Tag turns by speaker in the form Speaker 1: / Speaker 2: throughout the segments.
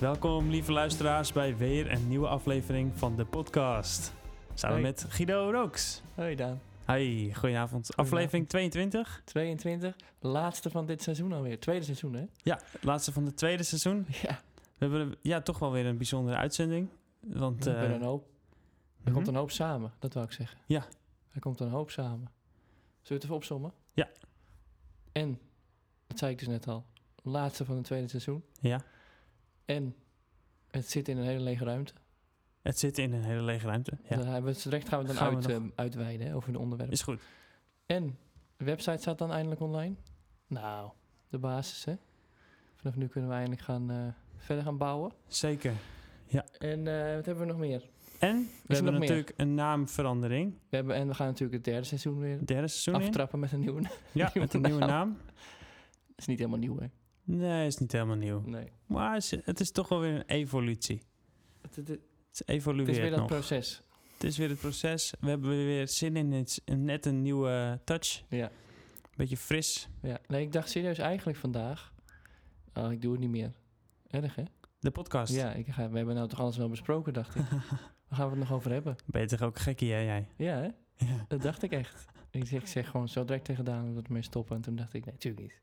Speaker 1: Welkom, lieve luisteraars, bij weer een nieuwe aflevering van de podcast. Samen
Speaker 2: Hoi.
Speaker 1: met Guido Rooks.
Speaker 2: Hoi Daan,
Speaker 1: Hi, goedenavond. Aflevering 22.
Speaker 2: 22, laatste van dit seizoen alweer. Tweede seizoen hè?
Speaker 1: Ja, het laatste van het tweede seizoen.
Speaker 2: Ja,
Speaker 1: We hebben ja, toch wel weer een bijzondere uitzending. Want,
Speaker 2: er,
Speaker 1: eh,
Speaker 2: ben een hoop, er
Speaker 1: mhm.
Speaker 2: komt een hoop samen, dat wil ik zeggen.
Speaker 1: Ja.
Speaker 2: Er komt een hoop samen. Zullen we het even opzommen?
Speaker 1: Ja.
Speaker 2: En, dat zei ik dus net al, laatste van het tweede seizoen.
Speaker 1: Ja,
Speaker 2: En, het zit in een hele lege ruimte.
Speaker 1: het zit in een hele lege ruimte. Ja,
Speaker 2: Daar hebben we, terecht gaan we dan
Speaker 1: Gaan we
Speaker 2: uit,
Speaker 1: nog-
Speaker 2: ehm, uitweiden hè, over de onderwerpen.
Speaker 1: is goed.
Speaker 2: En, de website staat dan eindelijk online. Nou, de basis hè. Vanaf nu kunnen we eindelijk gaan, eh, verder gaan bouwen.
Speaker 1: Zeker.
Speaker 2: En eh, wat hebben we nog meer?
Speaker 1: En we hebben
Speaker 2: nog meer?
Speaker 1: natuurlijk een naamverandering.
Speaker 2: We hebben, en we gaan natuurlijk het derde seizoen weer
Speaker 1: Derde seizoen in.
Speaker 2: aftrappen met een nieuwe. Dat
Speaker 1: Ja,
Speaker 2: nieuwe
Speaker 1: met een nieuwe
Speaker 2: naam.
Speaker 1: naam.
Speaker 2: is niet helemaal nieuw, hè?
Speaker 1: Nee, is niet helemaal nieuw.
Speaker 2: Nee.
Speaker 1: Maar het is, het is toch wel weer een evolutie.
Speaker 2: Het, het- het
Speaker 1: Het evolueert
Speaker 2: is weer dat
Speaker 1: nog.
Speaker 2: proces.
Speaker 1: Het is weer het proces. We hebben weer zin in iets, een- net een nieuwe touch.
Speaker 2: Ja.
Speaker 1: Beetje fris.
Speaker 2: ja. Nee, ik dacht serieus eigenlijk vandaag... Oh, ik doe het niet meer. Erg, hè?
Speaker 1: De podcast.
Speaker 2: Ja, ik ga, we hebben nou toch alles wel besproken, dacht ik. Waar gaan we het nog over hebben?
Speaker 1: Ben je toch ook gekkie, hè, jij?
Speaker 2: Ja, hè?
Speaker 1: Ja.
Speaker 2: Dat dacht ik echt. Ik zeg, ik zeg gewoon zo direct tegen Daan dat we ermee stoppen. En toen dacht ik, nee, natuurlijk niet.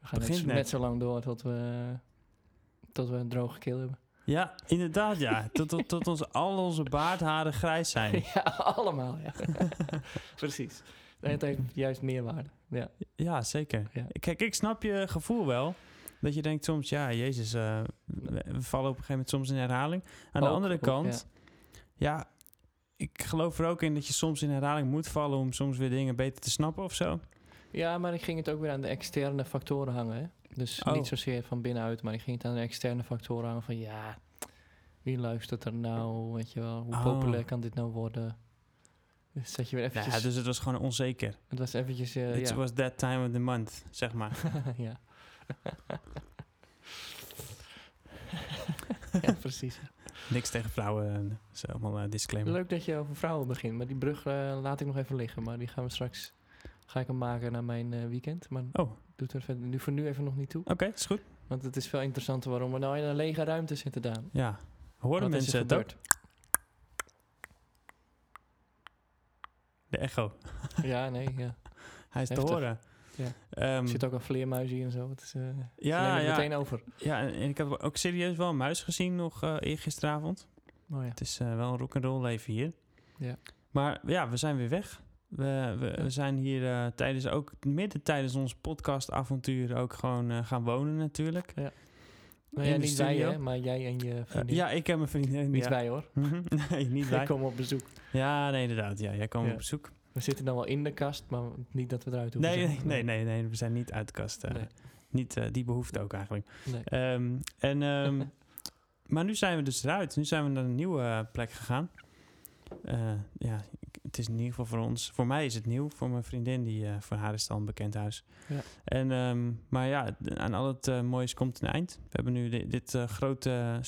Speaker 2: We gaan net,
Speaker 1: Begint
Speaker 2: zo-
Speaker 1: net.
Speaker 2: net zo lang door tot we, tot we een droge keel hebben.
Speaker 1: Ja, inderdaad, ja. tot, tot, tot ons, al onze baardharen grijs zijn.
Speaker 2: Ja, allemaal, ja. Precies. Nee, het heeft juist meerwaarde. Ja.
Speaker 1: Ja, zeker.
Speaker 2: Ja.
Speaker 1: Kijk, ik snap je gevoel wel. Dat je denkt soms, ja, jezus, eh, we, we vallen op een gegeven moment soms in herhaling. Aan de
Speaker 2: Ook,
Speaker 1: andere
Speaker 2: ook,
Speaker 1: kant, ja. ik geloof er ook in dat je soms in herhaling moet vallen om soms weer dingen beter te snappen of zo.
Speaker 2: Ja, maar ik ging het ook weer aan de externe factoren hangen. Hè? Dus
Speaker 1: Oh.
Speaker 2: niet zozeer van binnenuit, maar ik ging het aan de externe factoren hangen van ja, wie luistert er nou? Weet je wel, hoe
Speaker 1: Oh.
Speaker 2: populair kan dit nou worden? Dus dat je weer eventjes,
Speaker 1: Ja, dus het was gewoon onzeker.
Speaker 2: het was eventjes, eh,
Speaker 1: It
Speaker 2: ja.
Speaker 1: was that time of the month, zeg maar.
Speaker 2: ja. ja, precies.
Speaker 1: Niks tegen vrouwen. eh, Dat is allemaal een disclaimer.
Speaker 2: Leuk dat je over vrouwen begint, maar die brug eh, laat ik nog even liggen. Maar die gaan we straks, ga ik hem maken na mijn eh, weekend. Maar
Speaker 1: Oh, oké,
Speaker 2: doet er verder, nu voor nu even nog niet toe.
Speaker 1: is goed.
Speaker 2: Want het is veel interessanter waarom we nou in een lege ruimte zitten, Daan.
Speaker 1: Ja. Horen
Speaker 2: Wat is
Speaker 1: mensen
Speaker 2: er
Speaker 1: het ook?
Speaker 2: gebeurd?
Speaker 1: De echo.
Speaker 2: Ja, nee, ja.
Speaker 1: Hij is te
Speaker 2: Heftig.
Speaker 1: horen.
Speaker 2: Ja.
Speaker 1: Ehm,
Speaker 2: Er zit ook een vleermuis hier en zo. Het is, eh, ze
Speaker 1: ja,
Speaker 2: nemen het
Speaker 1: ja,
Speaker 2: meteen over.
Speaker 1: ja, en en ik heb ook serieus wel een muis gezien nog eh eergisteravond.
Speaker 2: Oh ja.
Speaker 1: Het is eh, wel een rock'n'roll leven hier.
Speaker 2: Ja.
Speaker 1: Maar ja, we zijn weer weg. We, we, we zijn hier eh, tijdens ook midden tijdens ons podcastavontuur ook gewoon eh, gaan wonen natuurlijk.
Speaker 2: Nou
Speaker 1: In
Speaker 2: ja,
Speaker 1: de
Speaker 2: niet wij,
Speaker 1: studio?
Speaker 2: hè, maar jij en je
Speaker 1: Eh,
Speaker 2: vriendin.
Speaker 1: ja, ik heb mijn vriendin.
Speaker 2: Niet
Speaker 1: ja.
Speaker 2: wij hoor.
Speaker 1: Mhm. nee, niet
Speaker 2: Wij
Speaker 1: wij.
Speaker 2: komen op bezoek.
Speaker 1: Ja, nee, inderdaad. Ja, jij kwam
Speaker 2: Ja.
Speaker 1: op bezoek.
Speaker 2: We zitten dan wel in de kast, maar niet dat we eruit hoeven.
Speaker 1: Nee, nee,
Speaker 2: zeg maar.
Speaker 1: nee, nee, nee, we zijn niet uit de kast. eh,
Speaker 2: Nee.
Speaker 1: Niet eh, die behoefte ook eigenlijk.
Speaker 2: Nee.
Speaker 1: Ehm, en, ehm, maar nu zijn we dus eruit. Nu zijn we naar een nieuwe eh, plek gegaan. Eh, ja, ik- het is in ieder geval voor ons. Voor mij is het nieuw. Voor mijn vriendin, die, eh, voor haar is het al een bekend huis.
Speaker 2: Ja.
Speaker 1: En, ehm, maar ja, d- aan al het eh, moois komt een eind. We hebben nu di- dit eh, grote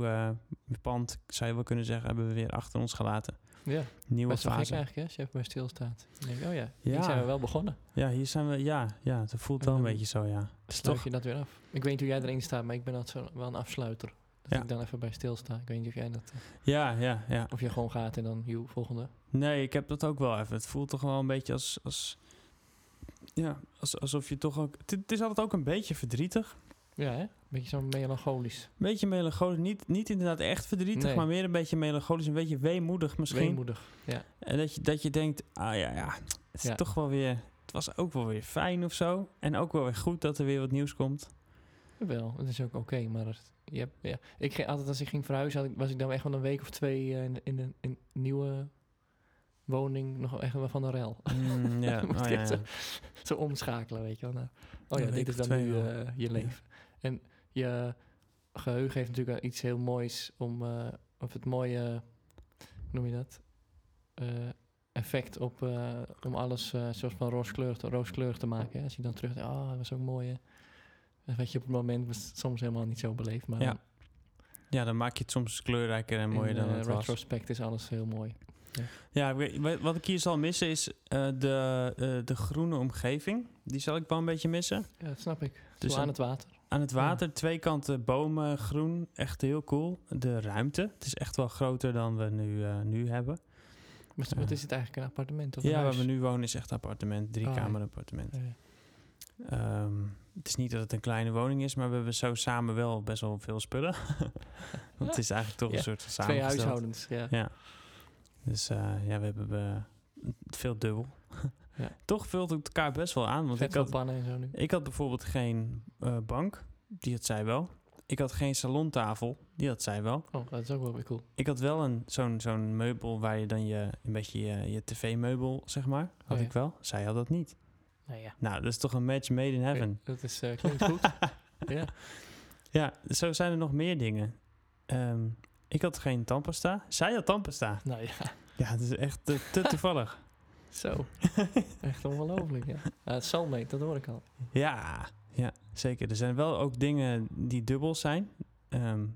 Speaker 1: studio-pand, zou je wel kunnen zeggen, hebben we weer achter ons gelaten.
Speaker 2: Ja,
Speaker 1: Nieuwe
Speaker 2: best wel gek
Speaker 1: fase.
Speaker 2: eigenlijk hè, als je even bij stilstaat. Dan denk je, oh ja,
Speaker 1: Ja.
Speaker 2: hier zijn we wel begonnen.
Speaker 1: Ja, hier zijn we. Ja, ja het voelt wel een
Speaker 2: Ehm,
Speaker 1: beetje zo, ja.
Speaker 2: Sluit
Speaker 1: toch-
Speaker 2: je dat weer af. Ik weet niet hoe jij erin staat, maar ik ben altijd zo, wel een afsluiter. Dat
Speaker 1: Ja.
Speaker 2: ik dan even bij stilsta. Ik weet niet of jij dat... eh,
Speaker 1: Ja, ja, ja.
Speaker 2: Of je gewoon gaat en dan, joe, volgende.
Speaker 1: Nee, ik heb dat ook wel even. Het voelt toch wel een beetje als. als ja, als, alsof je toch ook. Het, het is altijd ook een beetje verdrietig.
Speaker 2: Ja, hè? Beetje zo melancholisch.
Speaker 1: Een beetje melancholisch. Niet, niet inderdaad echt verdrietig,
Speaker 2: Nee.
Speaker 1: maar meer een beetje melancholisch. Een beetje weemoedig misschien.
Speaker 2: Weemoedig. Ja.
Speaker 1: En dat je, dat je denkt: ah ja, ja. Het is
Speaker 2: Ja.
Speaker 1: toch wel weer. Het was ook wel weer fijn of zo. En ook wel weer goed dat er weer wat nieuws komt.
Speaker 2: Wel, het is ook oké, maar het- je hebt, ja. ik ging, altijd als ik ging verhuizen, had ik- was ik dan echt wel een week of twee eh, in, de- in, de- in een nieuwe woning nog wel echt wel van de rel.
Speaker 1: Mm, ja,
Speaker 2: Moet
Speaker 1: oh,
Speaker 2: je
Speaker 1: ja,
Speaker 2: het
Speaker 1: ja.
Speaker 2: Zo omschakelen, weet je wel. Nou, oh
Speaker 1: Een
Speaker 2: ja,
Speaker 1: week
Speaker 2: dit is
Speaker 1: of
Speaker 2: dan
Speaker 1: twee
Speaker 2: nu
Speaker 1: wel.
Speaker 2: eh, je leven. En je geheugen heeft natuurlijk wel iets heel moois om, eh, of het mooie, hoe noem je dat? Eh, effect op, eh, om alles eh soort van rooskleurig, rooskleurig te maken. Hè? Als je dan terug denkt, oh, dat was ook mooi. Hè? Dat weet je op het moment was het soms helemaal niet zo beleefd. Maar
Speaker 1: Ja,
Speaker 2: dan
Speaker 1: Ja, dan maak je het soms kleurrijker en
Speaker 2: in,
Speaker 1: mooier dan
Speaker 2: eh,
Speaker 1: het was.
Speaker 2: retrospect is alles heel mooi.
Speaker 1: Ja, ik weet- wat- wat ik hier zal missen is eh, de, eh, de groene omgeving. Die zal ik wel een beetje missen.
Speaker 2: Ja, dat snap ik.
Speaker 1: Dus
Speaker 2: Dus
Speaker 1: dan-
Speaker 2: aan het water.
Speaker 1: Aan het water, twee kanten bomen, groen. Echt heel cool. De ruimte. Het is echt wel groter dan we nu, eh, nu hebben.
Speaker 2: Maar
Speaker 1: Ja.
Speaker 2: wat is het eigenlijk, een appartement of een
Speaker 1: ja, waar
Speaker 2: huis?
Speaker 1: we nu wonen is echt appartement. Drie
Speaker 2: Ah, ja.
Speaker 1: kamer appartement.
Speaker 2: Ja, ja.
Speaker 1: Ehm, het is niet dat het een kleine woning is, maar we hebben zo samen wel best wel veel spullen. Want het is eigenlijk toch
Speaker 2: Ja,
Speaker 1: een soort van
Speaker 2: Twee
Speaker 1: samengesteld.
Speaker 2: huishoudens, ja.
Speaker 1: Ja. Dus eh, ja, we hebben eh, veel dubbel.
Speaker 2: Ja.
Speaker 1: Toch vult het elkaar best wel aan. Want
Speaker 2: Vet
Speaker 1: ik
Speaker 2: veel
Speaker 1: had,
Speaker 2: pannen en zo nu.
Speaker 1: ik had bijvoorbeeld geen eh, bank. Die had zij wel. Ik had geen salontafel. Die had zij wel.
Speaker 2: Oh, dat is ook wel weer cool.
Speaker 1: Ik had wel een, zo'n, zo'n meubel waar je dan je, een beetje je, je tv-meubel, zeg maar. Had
Speaker 2: Oh ja.
Speaker 1: ik wel. Zij had dat niet.
Speaker 2: Nou ja.
Speaker 1: Nou, dat is toch een match made in heaven.
Speaker 2: Dat is, eh, klinkt goed. ja.
Speaker 1: Ja, zo zijn er nog meer dingen. Ehm, ik had geen tandpasta. Zij had tandpasta.
Speaker 2: Nou ja,
Speaker 1: Ja, dat is echt te, te toevallig.
Speaker 2: zo. Echt ongelooflijk, ja. Eh, het zal mee, dat hoor ik al.
Speaker 1: Ja, ja, zeker. Er zijn wel ook dingen die dubbel zijn. Ehm,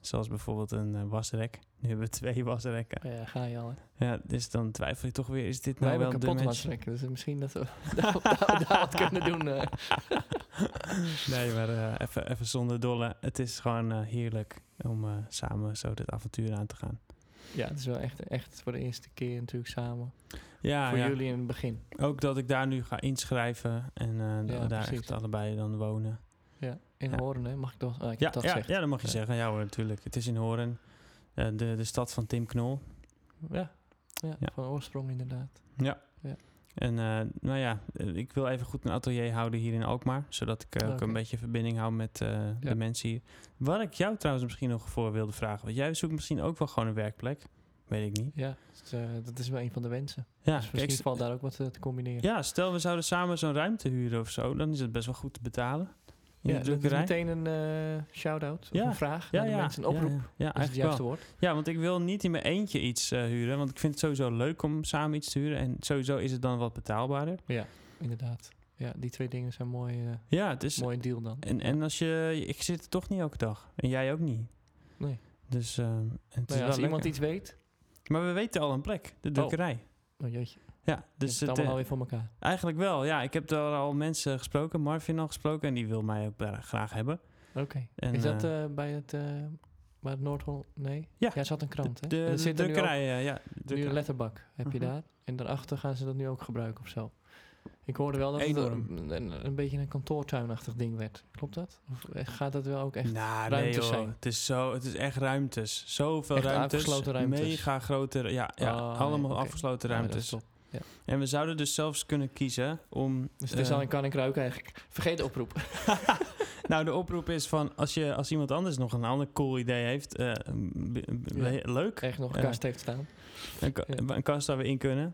Speaker 1: zoals bijvoorbeeld een eh, wasrek. Nu hebben we twee wasrekken.
Speaker 2: Oh Ja, ga je al, hè.
Speaker 1: Ja, dus dan twijfel je toch weer, is dit
Speaker 2: Wij
Speaker 1: nou wel
Speaker 2: hebben
Speaker 1: de
Speaker 2: kapot
Speaker 1: match?
Speaker 2: wasrekken, dus misschien dat we daar, daar- daar wat kunnen doen. eh.
Speaker 1: Nee, maar eh, even, even zonder dolle. Het is gewoon eh, heerlijk om eh, samen zo dit avontuur aan te gaan.
Speaker 2: Ja, het is wel echt, echt voor de eerste keer natuurlijk samen.
Speaker 1: Ja,
Speaker 2: voor
Speaker 1: Ah, ja.
Speaker 2: jullie in het begin.
Speaker 1: ook dat ik daar nu ga inschrijven en eh, dat
Speaker 2: Ja,
Speaker 1: we daar
Speaker 2: precies.
Speaker 1: echt allebei dan wonen.
Speaker 2: Ja. In
Speaker 1: Ja.
Speaker 2: Hoorn, hè? Mag ik toch? Ah, ik
Speaker 1: Ja,
Speaker 2: heb dat
Speaker 1: ja,
Speaker 2: gezegd.
Speaker 1: ja, dat mag je
Speaker 2: Ja.
Speaker 1: zeggen. Ja hoor, natuurlijk. Het is in Hoorn, Eh, de, de stad van Tim Knol.
Speaker 2: Ja. Ja,
Speaker 1: Ja.
Speaker 2: van oorsprong inderdaad.
Speaker 1: En eh, nou ja, eh, ik wil even goed een atelier houden hier in Alkmaar. Zodat ik eh, ook
Speaker 2: Oké.
Speaker 1: een beetje verbinding hou met eh,
Speaker 2: Ja.
Speaker 1: de mensen hier. Wat ik jou trouwens misschien nog voor wilde vragen. Want jij zoekt misschien ook wel gewoon een werkplek. Weet ik niet.
Speaker 2: Ja, dus, eh, dat is wel een van de wensen.
Speaker 1: Ja,
Speaker 2: dus
Speaker 1: Ah, kijk,
Speaker 2: misschien
Speaker 1: s-
Speaker 2: valt daar ook wat eh, te combineren.
Speaker 1: ja, stel we zouden samen zo'n ruimte huren of zo. Dan is het best wel goed te betalen. In
Speaker 2: Ja,
Speaker 1: de
Speaker 2: dat is
Speaker 1: drukkerij.
Speaker 2: meteen een eh, shout-out of
Speaker 1: Ja.
Speaker 2: een vraag
Speaker 1: Ja,
Speaker 2: naar de
Speaker 1: ja,
Speaker 2: mensen. Een oproep.
Speaker 1: Ja, ja, ja,
Speaker 2: Is het
Speaker 1: eigenlijk
Speaker 2: juiste
Speaker 1: wel.
Speaker 2: woord?
Speaker 1: Ja, want ik wil niet in mijn eentje iets eh, huren. Want ik vind het sowieso leuk om samen iets te huren. En sowieso is het dan wat betaalbaarder.
Speaker 2: Inderdaad. Ja, die twee dingen zijn mooi, eh,
Speaker 1: Ja, het is...
Speaker 2: mooi deal dan.
Speaker 1: En, en als je... Ik zit er toch niet elke dag. En jij ook niet.
Speaker 2: Nee.
Speaker 1: Dus ehm, het is
Speaker 2: Nou ja,
Speaker 1: wel
Speaker 2: als iemand
Speaker 1: lekker.
Speaker 2: iets weet,
Speaker 1: Maar we weten al een plek, de drukkerij.
Speaker 2: oh jeetje,
Speaker 1: Ja,
Speaker 2: dus
Speaker 1: dus
Speaker 2: het
Speaker 1: het,
Speaker 2: allemaal
Speaker 1: eh,
Speaker 2: alweer voor elkaar.
Speaker 1: eigenlijk wel. Ja, ik heb daar al mensen gesproken, Marvin al gesproken, en die wil mij ook daar graag hebben.
Speaker 2: Oké.
Speaker 1: En,
Speaker 2: Is dat eh, bij het, eh bij het Noordhol? Nee?
Speaker 1: Ja.
Speaker 2: Jij zat een krant, hè?
Speaker 1: De, de,
Speaker 2: Er zit er nu ook-
Speaker 1: drukkerij, eh, ja. de
Speaker 2: Nu
Speaker 1: drukkerij.
Speaker 2: een letterbak heb je
Speaker 1: Mhm.
Speaker 2: daar. En daarachter gaan ze dat nu ook gebruiken of zo. Ik hoorde wel dat het
Speaker 1: Enorm.
Speaker 2: een, een, een beetje een kantoortuinachtig ding werd. Klopt dat? Of eh, gaat dat wel ook echt?
Speaker 1: nou, nee,
Speaker 2: ruimtes
Speaker 1: joh.
Speaker 2: zijn.
Speaker 1: Het is, zo, het is echt ruimtes. Zoveel
Speaker 2: Echt
Speaker 1: ruimtes.
Speaker 2: afgesloten ruimtes.
Speaker 1: Mega grote, ja, ja
Speaker 2: Oh, nee,
Speaker 1: allemaal
Speaker 2: oké.
Speaker 1: afgesloten
Speaker 2: Ah, dat
Speaker 1: ruimtes.
Speaker 2: is top.
Speaker 1: en we zouden dus zelfs kunnen kiezen om...
Speaker 2: Dus het is
Speaker 1: eh,
Speaker 2: al een kan ik ruiken eigenlijk. Vergeet de oproep.
Speaker 1: Nou, de oproep is van, als, je, als iemand anders nog een ander cool idee heeft, eh, b- b-
Speaker 2: Ja.
Speaker 1: leuk,
Speaker 2: Echt nog een
Speaker 1: Ja.
Speaker 2: kast heeft staan.
Speaker 1: Een, ka-
Speaker 2: Ja.
Speaker 1: een kast waar we in kunnen.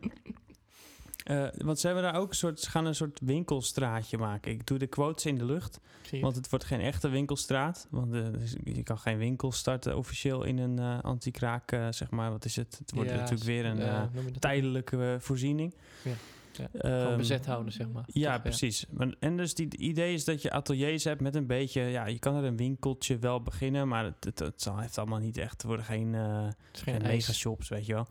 Speaker 1: Eh, want ze hebben daar ook een soort, ze gaan een soort winkelstraatje maken. Ik doe de quotes in de lucht,
Speaker 2: Zie je?
Speaker 1: want het wordt geen echte winkelstraat. Want eh, dus je kan geen winkel starten officieel in een eh anti-kraak, eh, zeg maar. Wat is het? Het wordt
Speaker 2: Ja,
Speaker 1: natuurlijk weer een
Speaker 2: eh,
Speaker 1: eh,
Speaker 2: noem je dat?
Speaker 1: tijdelijke eh, voorziening.
Speaker 2: Ja, ja.
Speaker 1: Ehm,
Speaker 2: Gewoon bezet houden, zeg maar.
Speaker 1: ja,
Speaker 2: Toch,
Speaker 1: precies. Maar- En dus die- het idee is dat je ateliers hebt met een beetje... Ja, je kan er een winkeltje wel beginnen, maar het, het, het zal, heeft allemaal niet echt... Er worden geen... eh,
Speaker 2: Het is geen
Speaker 1: en
Speaker 2: ijs.
Speaker 1: mega shops, weet je wel.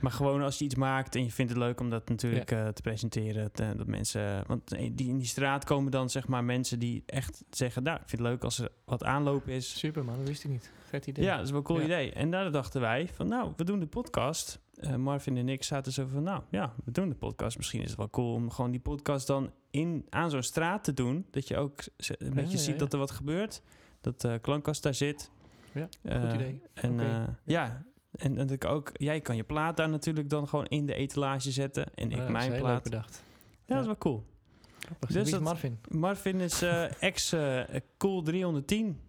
Speaker 1: maar gewoon als je iets maakt en je vindt het leuk om dat natuurlijk eh, te presenteren. te- dat mensen, want eh, die, in die straat komen dan zeg maar mensen die echt zeggen... Nou, ik vind het leuk als er wat aanloop is.
Speaker 2: Super man, dat wist ik niet. Vet idee.
Speaker 1: Ja, dat is wel een cool
Speaker 2: Ja.
Speaker 1: idee. En daar dachten wij van, nou, we doen de podcast. Eh, Marvin en ik zaten zo van, nou ja, we doen de podcast. Misschien is het wel cool om gewoon die podcast dan in, aan zo'n straat te doen. Dat je ook z- een beetje
Speaker 2: ja,
Speaker 1: ziet
Speaker 2: ja.
Speaker 1: dat er wat gebeurt. Dat de klankkast daar zit.
Speaker 2: Ja,
Speaker 1: Eh,
Speaker 2: goed idee.
Speaker 1: En
Speaker 2: Oké.
Speaker 1: eh, ja, en, en dat ik ook, jij kan je plaat daar natuurlijk dan gewoon in de etalage zetten. En ik
Speaker 2: Ja, Ah, dat is
Speaker 1: mijn
Speaker 2: heel leuk
Speaker 1: plaat.
Speaker 2: bedacht.
Speaker 1: Ja, dat is wel cool.
Speaker 2: Grappig.
Speaker 1: Dus
Speaker 2: Wie is
Speaker 1: dat-
Speaker 2: Marvin?
Speaker 1: Marvin is eh, ex eh, Cool 310.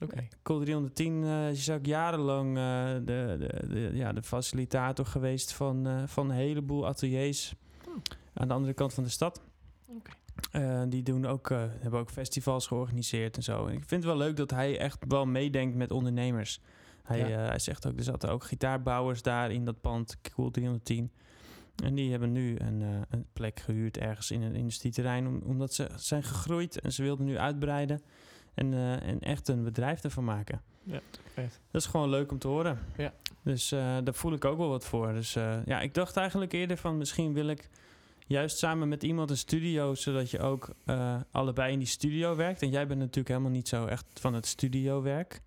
Speaker 2: Oké.
Speaker 1: Cool 310 eh, is ook jarenlang eh, de, de, de- ja, de facilitator geweest van, eh, van een heleboel ateliers
Speaker 2: Oh.
Speaker 1: aan de andere kant van de stad.
Speaker 2: Oké.
Speaker 1: Eh, die doen ook, eh, hebben ook festivals georganiseerd en zo. En ik vind het wel leuk dat hij echt wel meedenkt met ondernemers. Hij,
Speaker 2: Ja.
Speaker 1: eh, hij zegt ook, er zaten ook gitaarbouwers daar in dat pand, Cool 310. En die hebben nu een, eh, een plek gehuurd ergens in een industrieterrein, om- omdat ze zijn gegroeid en ze wilden nu uitbreiden en, eh, en echt een bedrijf ervan maken.
Speaker 2: Ja, vet.
Speaker 1: Dat is gewoon leuk om te horen.
Speaker 2: Ja.
Speaker 1: Dus eh, daar voel ik ook wel wat voor. Dus eh, ja, ik dacht eigenlijk eerder van misschien wil ik juist samen met iemand een studio, zodat je ook eh, allebei in die studio werkt. En jij bent natuurlijk helemaal niet zo echt van het studiowerk.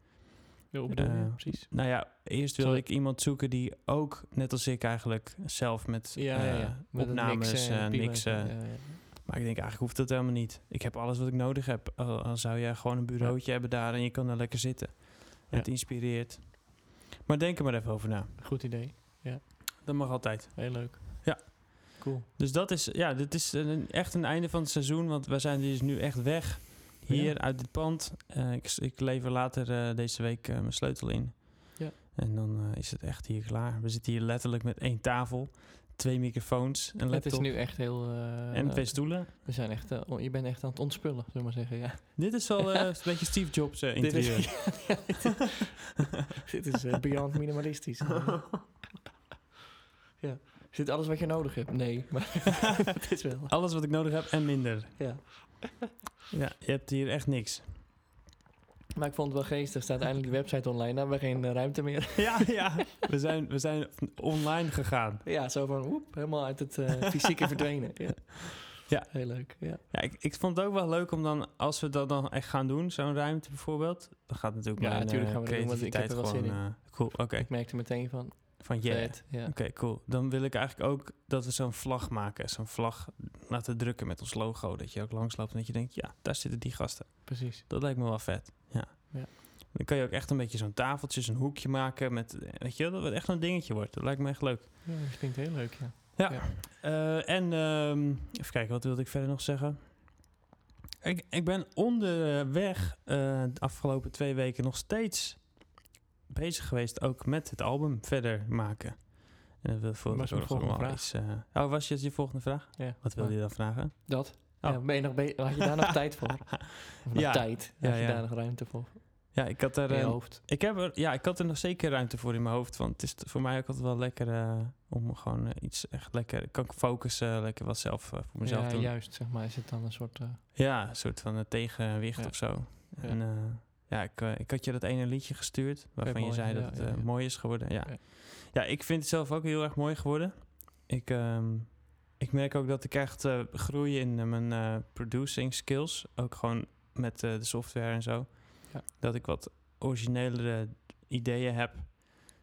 Speaker 2: Hoe bedoel je?
Speaker 1: Eh,
Speaker 2: Precies.
Speaker 1: Nou ja, eerst wilde
Speaker 2: Sorry.
Speaker 1: ik iemand zoeken die ook, net als ik eigenlijk, zelf met,
Speaker 2: Ja, ja,
Speaker 1: eh,
Speaker 2: ja. Met het
Speaker 1: opnames,
Speaker 2: mixen en
Speaker 1: eh,
Speaker 2: pielen en
Speaker 1: niks.
Speaker 2: zo,
Speaker 1: eh,
Speaker 2: ja, ja.
Speaker 1: Maar ik denk eigenlijk hoeft dat helemaal niet. Ik heb alles wat ik nodig heb. Al, al zou jij gewoon een bureautje hebben daar en je kan daar lekker zitten. En
Speaker 2: Ja.
Speaker 1: het inspireert. Maar denk er maar even over na.
Speaker 2: Goed idee.
Speaker 1: Dat mag altijd.
Speaker 2: Heel leuk.
Speaker 1: Ja.
Speaker 2: Cool.
Speaker 1: Dus dat is, ja, dit is een, echt een einde van het seizoen. Want wij zijn dus nu echt weg. Hier
Speaker 2: Ja.
Speaker 1: uit dit pand. Eh, ik, s- ik lever later eh, deze week eh, mijn sleutel in.
Speaker 2: Ja.
Speaker 1: En dan eh, is het echt hier klaar. We zitten hier letterlijk met één tafel, twee microfoons, een
Speaker 2: Het
Speaker 1: laptop
Speaker 2: is nu echt heel... eh,
Speaker 1: en
Speaker 2: eh,
Speaker 1: twee stoelen.
Speaker 2: we zijn echt, eh, on- je bent echt aan het ontspullen, zullen we maar zeggen. Ja.
Speaker 1: Dit is wel eh, een beetje Steve Jobs eh, interieur.
Speaker 2: ja, dit, dit is eh, beyond minimalistisch. ja. Is dit alles wat je nodig hebt? Nee, maar het is wel.
Speaker 1: Alles wat ik nodig heb en minder.
Speaker 2: Ja.
Speaker 1: Ja, je hebt hier echt niks.
Speaker 2: Maar ik vond het wel geestig. Staat eindelijk de website online. Nou, hebben we geen eh, ruimte meer.
Speaker 1: Ja, ja. We zijn, we zijn online gegaan.
Speaker 2: ja, zo van woep, helemaal uit het eh, fysieke verdwenen. Ja.
Speaker 1: Ja.
Speaker 2: Heel leuk. Ja.
Speaker 1: Ja, ik, ik vond het ook wel leuk om dan, als we dat dan echt gaan doen, zo'n ruimte bijvoorbeeld, dan gaat natuurlijk
Speaker 2: Ja,
Speaker 1: mijn eh,
Speaker 2: tuurlijk gaan we dat doen, want ik heb
Speaker 1: creativiteit
Speaker 2: er wel zin
Speaker 1: gewoon... eh, cool, oké.
Speaker 2: Ik merkte meteen van,
Speaker 1: Van yeah. Oké,
Speaker 2: vet. Ja.
Speaker 1: cool. Dan wil ik eigenlijk ook dat we zo'n vlag maken. Zo'n vlag laten drukken met ons logo. Dat je ook langsloopt en dat je denkt, ja, daar zitten die gasten.
Speaker 2: Precies.
Speaker 1: Dat lijkt me wel vet. Ja.
Speaker 2: Ja.
Speaker 1: Dan kan je ook echt een beetje zo'n tafeltje, zo'n hoekje maken. Met, eh, weet je, wel, dat het echt een dingetje wordt. Dat lijkt me echt leuk.
Speaker 2: Ja, dat klinkt heel leuk, ja.
Speaker 1: Eh, en ehm, even kijken, wat wilde ik verder nog zeggen? Ik, ik ben onderweg eh, de afgelopen twee weken nog steeds bezig geweest, ook met het album verder maken. En dat wil voor
Speaker 2: Was mijn volgende vraag.
Speaker 1: oh, was je je volgende vraag?
Speaker 2: ja.
Speaker 1: Wat wilde je dan vragen?
Speaker 2: Dat.
Speaker 1: Oh.
Speaker 2: Ja, ben je nog be- had je daar nog tijd voor? Of nog
Speaker 1: Ja.
Speaker 2: tijd?
Speaker 1: Ja,
Speaker 2: Had je
Speaker 1: ja.
Speaker 2: daar nog ruimte voor?
Speaker 1: Ja, ik had er,
Speaker 2: In je
Speaker 1: eh,
Speaker 2: hoofd.
Speaker 1: ik heb er, ja, ik had er nog zeker ruimte voor in mijn hoofd, want het is t- voor mij ook altijd wel lekker eh, om gewoon eh, iets echt lekker, kan ik focussen, lekker wat zelf eh, voor mezelf
Speaker 2: ja,
Speaker 1: doen.
Speaker 2: juist, zeg maar. Is het dan een soort... eh,
Speaker 1: Ja, een soort van een tegenwicht
Speaker 2: Ja.
Speaker 1: of zo.
Speaker 2: Ja.
Speaker 1: En, eh, ja, ik, eh, ik had je dat ene liedje gestuurd waarvan je
Speaker 2: mooi,
Speaker 1: zei
Speaker 2: ja,
Speaker 1: dat het
Speaker 2: ja,
Speaker 1: eh,
Speaker 2: ja.
Speaker 1: mooi is geworden. Ja.
Speaker 2: Ja.
Speaker 1: Ja. ik vind het zelf ook heel erg mooi geworden. Ik, ehm, ik merk ook dat ik echt eh, groei in eh, mijn eh, producing skills. Ook gewoon met eh, de software en zo.
Speaker 2: Ja.
Speaker 1: Dat ik wat originelere ideeën heb.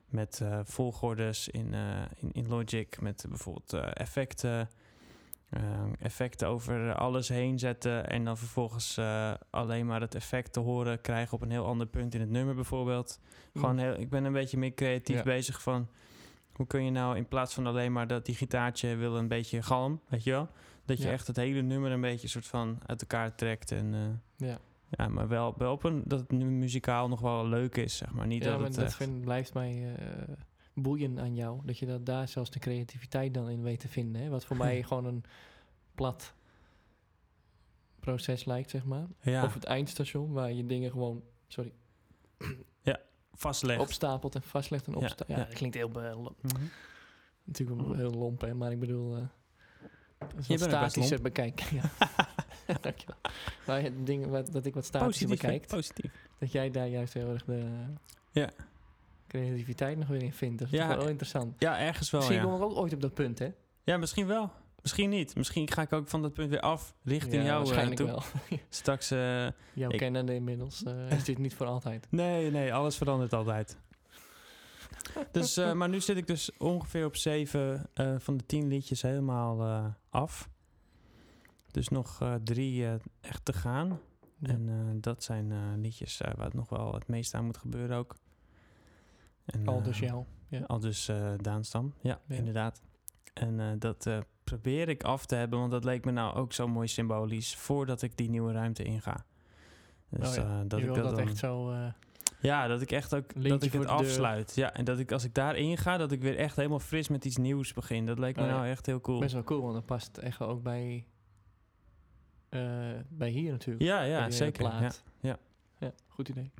Speaker 1: Met eh, volgordes in, eh, in, in Logic. Met bijvoorbeeld eh, effecten. eh, effecten over alles heen zetten. En dan vervolgens eh, alleen maar het effect te horen krijgen op een heel ander punt in het nummer bijvoorbeeld.
Speaker 2: mm,
Speaker 1: Gewoon heel, ik ben een beetje meer creatief
Speaker 2: Mhm. Ja.
Speaker 1: bezig van... Hoe kun je nou in plaats van alleen maar dat die gitaartje wil een beetje galm, weet je wel? Dat je
Speaker 2: Ja.
Speaker 1: echt het hele nummer een beetje soort van uit elkaar trekt. En, eh,
Speaker 2: Ja,
Speaker 1: ja, maar wel, wel op een, dat het nu muzikaal nog wel leuk is, zeg maar. Niet
Speaker 2: ja
Speaker 1: dat
Speaker 2: maar
Speaker 1: het
Speaker 2: dat
Speaker 1: echt-
Speaker 2: vind, blijft mij eh, boeien aan jou. Dat je dat daar zelfs de creativiteit dan in weet te vinden. Hè? Wat voor mij gewoon een plat proces lijkt, zeg maar.
Speaker 1: ja,
Speaker 2: Of het eindstation, waar je dingen gewoon... Sorry,
Speaker 1: vastlegt.
Speaker 2: opstapelt en vastlegt en
Speaker 1: Ja,
Speaker 2: opstapelt. Ja,
Speaker 1: ja.
Speaker 2: dat klinkt heel, be- lo-
Speaker 1: Mhm.
Speaker 2: natuurlijk wel heel lomp, hè, maar ik bedoel... eh als
Speaker 1: Je
Speaker 2: je
Speaker 1: bent ook best
Speaker 2: statischer
Speaker 1: lomp.
Speaker 2: bekijken. Ja. Dankjewel. Maar het ding wat, dat ik wat statischer
Speaker 1: Positief, hè?
Speaker 2: bekijk,
Speaker 1: positief.
Speaker 2: dat jij daar juist heel erg de
Speaker 1: Ja.
Speaker 2: creativiteit nog weer in vindt. Dat
Speaker 1: Ja,
Speaker 2: is
Speaker 1: eh,
Speaker 2: toch wel heel interessant.
Speaker 1: Ja, ergens wel,
Speaker 2: Misschien
Speaker 1: Oh, ja.
Speaker 2: kom ik ook ooit op dat punt, hè?
Speaker 1: Ja, misschien wel. Misschien niet. Misschien ga ik ook van dat punt weer af richting jou eh,
Speaker 2: waarschijnlijk
Speaker 1: toe.
Speaker 2: wel.
Speaker 1: Straks... eh,
Speaker 2: Jouw
Speaker 1: Ik-
Speaker 2: kennende inmiddels eh, is dit niet voor altijd.
Speaker 1: Nee, nee, alles verandert altijd. dus, eh, maar nu zit ik dus ongeveer op zeven eh, van de tien liedjes helemaal eh, af. Dus nog eh, drie eh, echt te gaan.
Speaker 2: Ja.
Speaker 1: En eh, dat zijn eh, liedjes eh, waar het nog wel het meest aan moet gebeuren ook. En,
Speaker 2: Al
Speaker 1: eh,
Speaker 2: dus jou. Ja.
Speaker 1: Al dus eh, Daan Stam, ja,
Speaker 2: Ja.
Speaker 1: inderdaad. En eh, dat eh, probeer ik af te hebben, want dat leek me nou ook zo mooi symbolisch voordat ik die nieuwe ruimte inga. Dus
Speaker 2: Oh ja,
Speaker 1: eh, dat
Speaker 2: je
Speaker 1: ik
Speaker 2: wil
Speaker 1: dat,
Speaker 2: dat,
Speaker 1: dan-
Speaker 2: echt zo... eh,
Speaker 1: ja, dat ik echt ook
Speaker 2: Lintje
Speaker 1: dat ik
Speaker 2: voor
Speaker 1: het
Speaker 2: de deur.
Speaker 1: afsluit. Ja, en dat ik als ik daarin ga, dat ik weer echt helemaal fris met iets nieuws begin. Dat lijkt me
Speaker 2: Oh ja.
Speaker 1: nou echt heel cool.
Speaker 2: Best wel cool, want dat past echt ook bij, eh, bij hier natuurlijk.
Speaker 1: Ja,
Speaker 2: Bij
Speaker 1: ja,
Speaker 2: die
Speaker 1: zeker. Ja.
Speaker 2: plaat. Ja, goed idee.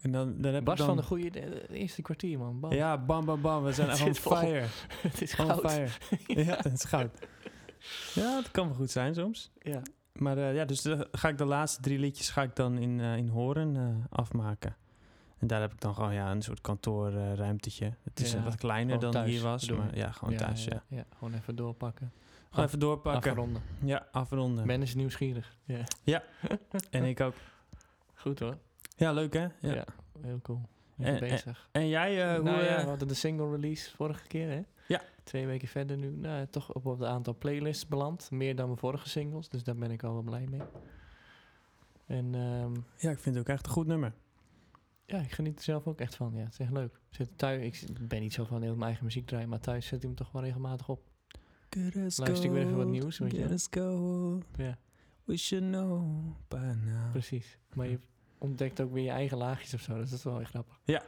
Speaker 1: En dan, dan heb
Speaker 2: Bas
Speaker 1: ik
Speaker 2: van
Speaker 1: dan,
Speaker 2: de goede de, de eerste kwartier, man. Bam.
Speaker 1: Ja, bam, bam, bam. We zijn
Speaker 2: Het
Speaker 1: echt on
Speaker 2: zit vol.
Speaker 1: fire.
Speaker 2: het is
Speaker 1: On
Speaker 2: goud.
Speaker 1: fire. ja, het is goud. Ja, het kan wel goed zijn soms.
Speaker 2: Ja.
Speaker 1: Maar eh, ja, dus dan ga ik de laatste drie liedjes ga ik dan in, eh, in horen eh, afmaken. En daar heb ik dan gewoon ja, een soort kantoorruimtetje. het is eh,
Speaker 2: Ja,
Speaker 1: wat kleiner dan
Speaker 2: gewoon thuis,
Speaker 1: hier was,
Speaker 2: bedoel je?
Speaker 1: maar ja, gewoon thuis. Ja.
Speaker 2: ja. Gewoon even doorpakken.
Speaker 1: Gewoon even doorpakken.
Speaker 2: Afronden.
Speaker 1: Ja, afronden.
Speaker 2: Men is nieuwsgierig. Ja.
Speaker 1: En ik ook.
Speaker 2: Goed hoor.
Speaker 1: Ja, leuk hè? Ja.
Speaker 2: Ja. Heel cool. Even
Speaker 1: En- en-
Speaker 2: bezig.
Speaker 1: En jij, eh, hoe...
Speaker 2: nou ja,
Speaker 1: eh,
Speaker 2: we hadden de single release vorige keer, hè?
Speaker 1: Ja.
Speaker 2: Twee weken verder nu. Nou, toch op het aantal playlists beland. Meer dan mijn vorige singles. Dus daar ben ik al wel blij mee. En ehm,
Speaker 1: ja, ik vind het ook echt een goed nummer.
Speaker 2: ja, ik geniet er zelf ook echt van. Ja, het is echt leuk. Ik Zit thuis, ik zit- ben niet zo van heel mijn eigen muziek draaien, maar thuis zet ik hem toch wel regelmatig op. Luister ik weer even wat nieuws, weet je wel.
Speaker 1: Let's go.
Speaker 2: Ja,
Speaker 1: We should know by now.
Speaker 2: precies. Maar je ontdekt ook weer je eigen laagjes of zo. Dus dat is wel weer grappig.
Speaker 1: Ja.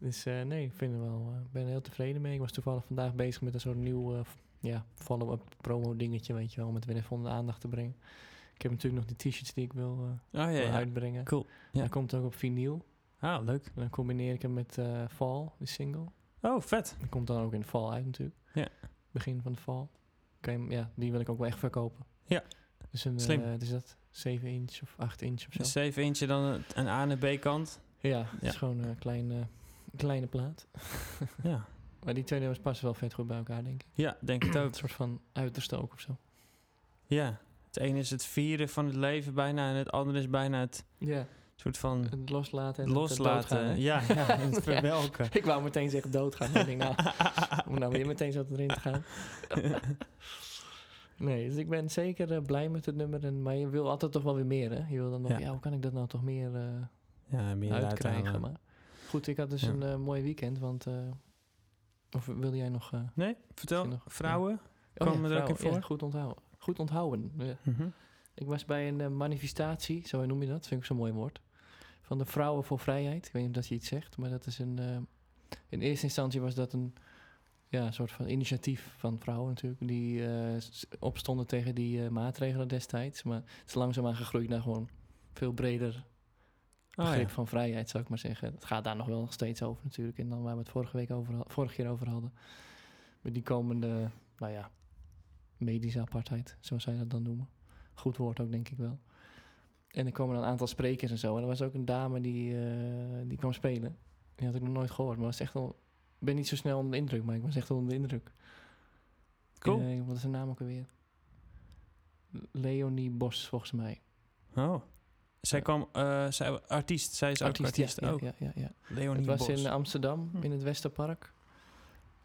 Speaker 2: Dus eh, nee, ik vind het wel, eh, ik ben er heel tevreden mee. Ik was toevallig vandaag bezig met een soort nieuw eh, f- ja, follow-up promo dingetje, weet je wel, om het weer even onder de aandacht te brengen. Ik heb natuurlijk nog die t-shirts die ik wil, eh,
Speaker 1: Oh ja,
Speaker 2: wil
Speaker 1: ja.
Speaker 2: uitbrengen.
Speaker 1: Cool. ja.
Speaker 2: Dat komt ook op vinyl.
Speaker 1: Ah, leuk.
Speaker 2: En dan combineer ik hem met eh Fall, de single.
Speaker 1: Oh, vet.
Speaker 2: Die komt dan ook in de val uit natuurlijk.
Speaker 1: Ja.
Speaker 2: Begin van de val. Kan je hem- ja, die wil ik ook wel echt verkopen.
Speaker 1: Ja.
Speaker 2: Dus een,
Speaker 1: Slim.
Speaker 2: eh, wat is dat? 7 inch of 8 inch of zo.
Speaker 1: Dus even eentje dan een- een A en een B kant.
Speaker 2: ja, het
Speaker 1: Ja.
Speaker 2: is gewoon eh, een kleine, kleine plaat.
Speaker 1: Ja.
Speaker 2: Maar die twee nummers passen wel vet goed bij elkaar, denk ik.
Speaker 1: ja, denk het ook.
Speaker 2: Een soort van uiterste ook of zo.
Speaker 1: Ja. Het ene is het vieren van het leven bijna en het andere is bijna het
Speaker 2: Ja.
Speaker 1: soort van
Speaker 2: Het loslaten en het, eh, doodgaan, hè?
Speaker 1: loslaten. Ja, Hm. ja, en het verwelken.
Speaker 2: Ik wou meteen zeggen doodgaan. maar ik denk, nou, om nou weer meteen zo erin te gaan. nee, dus ik ben zeker eh, blij met het nummer. En, maar je wil altijd toch wel weer meer, hè? Je wil dan nog,
Speaker 1: Ja.
Speaker 2: ja, hoe kan ik dat nou toch meer... eh,
Speaker 1: Ja, meer
Speaker 2: uitkrijgen.
Speaker 1: uitkrijgen.
Speaker 2: Maar. Goed, ik had dus
Speaker 1: Ja.
Speaker 2: een eh, mooi weekend, want... eh, of wilde jij nog... eh
Speaker 1: Nee,
Speaker 2: Misschien
Speaker 1: vertel.
Speaker 2: nog-
Speaker 1: Vrouwen?
Speaker 2: oh
Speaker 1: Komen we er ook in
Speaker 2: vrouwen, ja,
Speaker 1: voor?
Speaker 2: goed onthouden. Goed onthouden. ja.
Speaker 1: Mhm.
Speaker 2: Ik was bij een eh, manifestatie, zo noem je dat, vind ik zo'n mooi woord. Van de Vrouwen voor Vrijheid. Ik weet niet of dat je iets zegt, maar dat is een. eh, in eerste instantie was dat een ja, soort van initiatief van vrouwen natuurlijk. Die eh, s- opstonden tegen die eh, maatregelen destijds. Maar het is langzaamaan gegroeid naar gewoon veel breder
Speaker 1: Oh,
Speaker 2: begrip
Speaker 1: ja.
Speaker 2: van vrijheid, zou ik maar zeggen. Het gaat daar nog wel nog steeds over natuurlijk. En dan waar we het vorige week over ha- vorige keer over hadden. Met die komende, nou ja, medische apartheid, zoals zij dat dan noemen. Goed woord ook, denk ik wel. En er komen dan een aantal sprekers en zo. En er was ook een dame die, eh, die kwam spelen. Die had ik nog nooit gehoord, maar was echt al... Ik ben niet zo snel onder de indruk, maar ik was echt al onder de indruk.
Speaker 1: Cool.
Speaker 2: Eh, wat is haar naam ook alweer? Leonie Bos, volgens mij.
Speaker 1: Oh. Zij
Speaker 2: Ja.
Speaker 1: kwam, eh, zij was artiest. Zij is artiest,
Speaker 2: ja,
Speaker 1: artiest
Speaker 2: ja,
Speaker 1: ook.
Speaker 2: ja, ja, ja.
Speaker 1: Leonie
Speaker 2: het was
Speaker 1: Bos.
Speaker 2: in Amsterdam,
Speaker 1: Hm.
Speaker 2: in het Westerpark.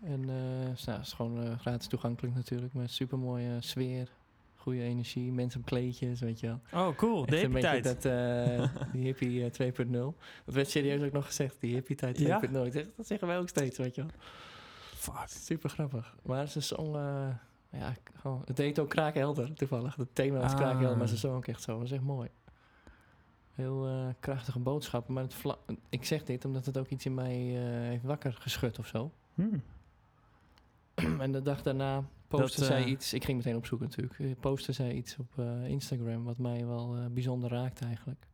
Speaker 2: En eh dus, nou, het is gewoon eh, gratis toegankelijk natuurlijk. Met super mooie sfeer, goede energie, mensen op kleedjes, weet je wel.
Speaker 1: Oh, cool. De
Speaker 2: eh, Echt een
Speaker 1: hippie
Speaker 2: beetje
Speaker 1: tijd.
Speaker 2: dat, eh, die hippie eh, 2.0. Dat werd serieus ook nog gezegd, die hippie tijd 2.0.
Speaker 1: Ja?
Speaker 2: Ik zeg, Dat zeggen wij ook steeds, weet je wel.
Speaker 1: Fuck.
Speaker 2: Super grappig. Maar ze zong, eh, ja, gewoon, het deed ook kraakhelder toevallig. Het thema was
Speaker 1: Ah.
Speaker 2: kraakhelder, maar ze zong ook echt zo. Dat was echt mooi. Heel eh, krachtige boodschappen. Maar het vla- ik zeg dit omdat het ook iets in mij eh, heeft wakker geschud of zo.
Speaker 1: Hm.
Speaker 2: en de dag daarna postte
Speaker 1: Dat, eh,
Speaker 2: zij iets. Ik ging meteen opzoeken natuurlijk. Eh, Postte zij iets op eh, Instagram wat mij wel eh, bijzonder raakt eigenlijk.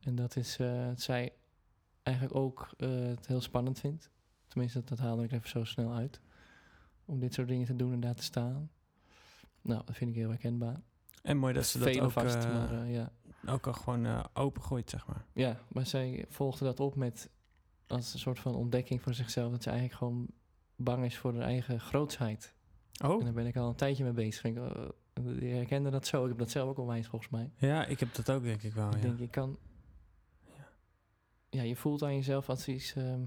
Speaker 2: En dat is eh, dat zij eigenlijk ook eh, het heel spannend vindt. Tenminste, dat, dat haalde ik even zo snel uit. Om dit soort dingen te doen en daar te staan. Nou, dat vind ik heel herkenbaar.
Speaker 1: En mooi dat ze dat
Speaker 2: Velen
Speaker 1: ook,
Speaker 2: vast,
Speaker 1: eh,
Speaker 2: maar eh, ja.
Speaker 1: ook al gewoon eh, opengooit, zeg maar.
Speaker 2: Ja, maar zij volgde dat op met als een soort van ontdekking voor zichzelf. Dat ze eigenlijk gewoon bang is voor haar eigen grootsheid.
Speaker 1: Oh.
Speaker 2: En daar ben ik al een tijdje mee bezig. Vind ik, eh, die herkende dat zo. Ik heb dat zelf ook onwijs volgens mij.
Speaker 1: Ja, ik heb dat ook denk ik wel,
Speaker 2: ik
Speaker 1: Oh, ja.
Speaker 2: denk, je kan... Ja, je voelt aan jezelf als iets ehm,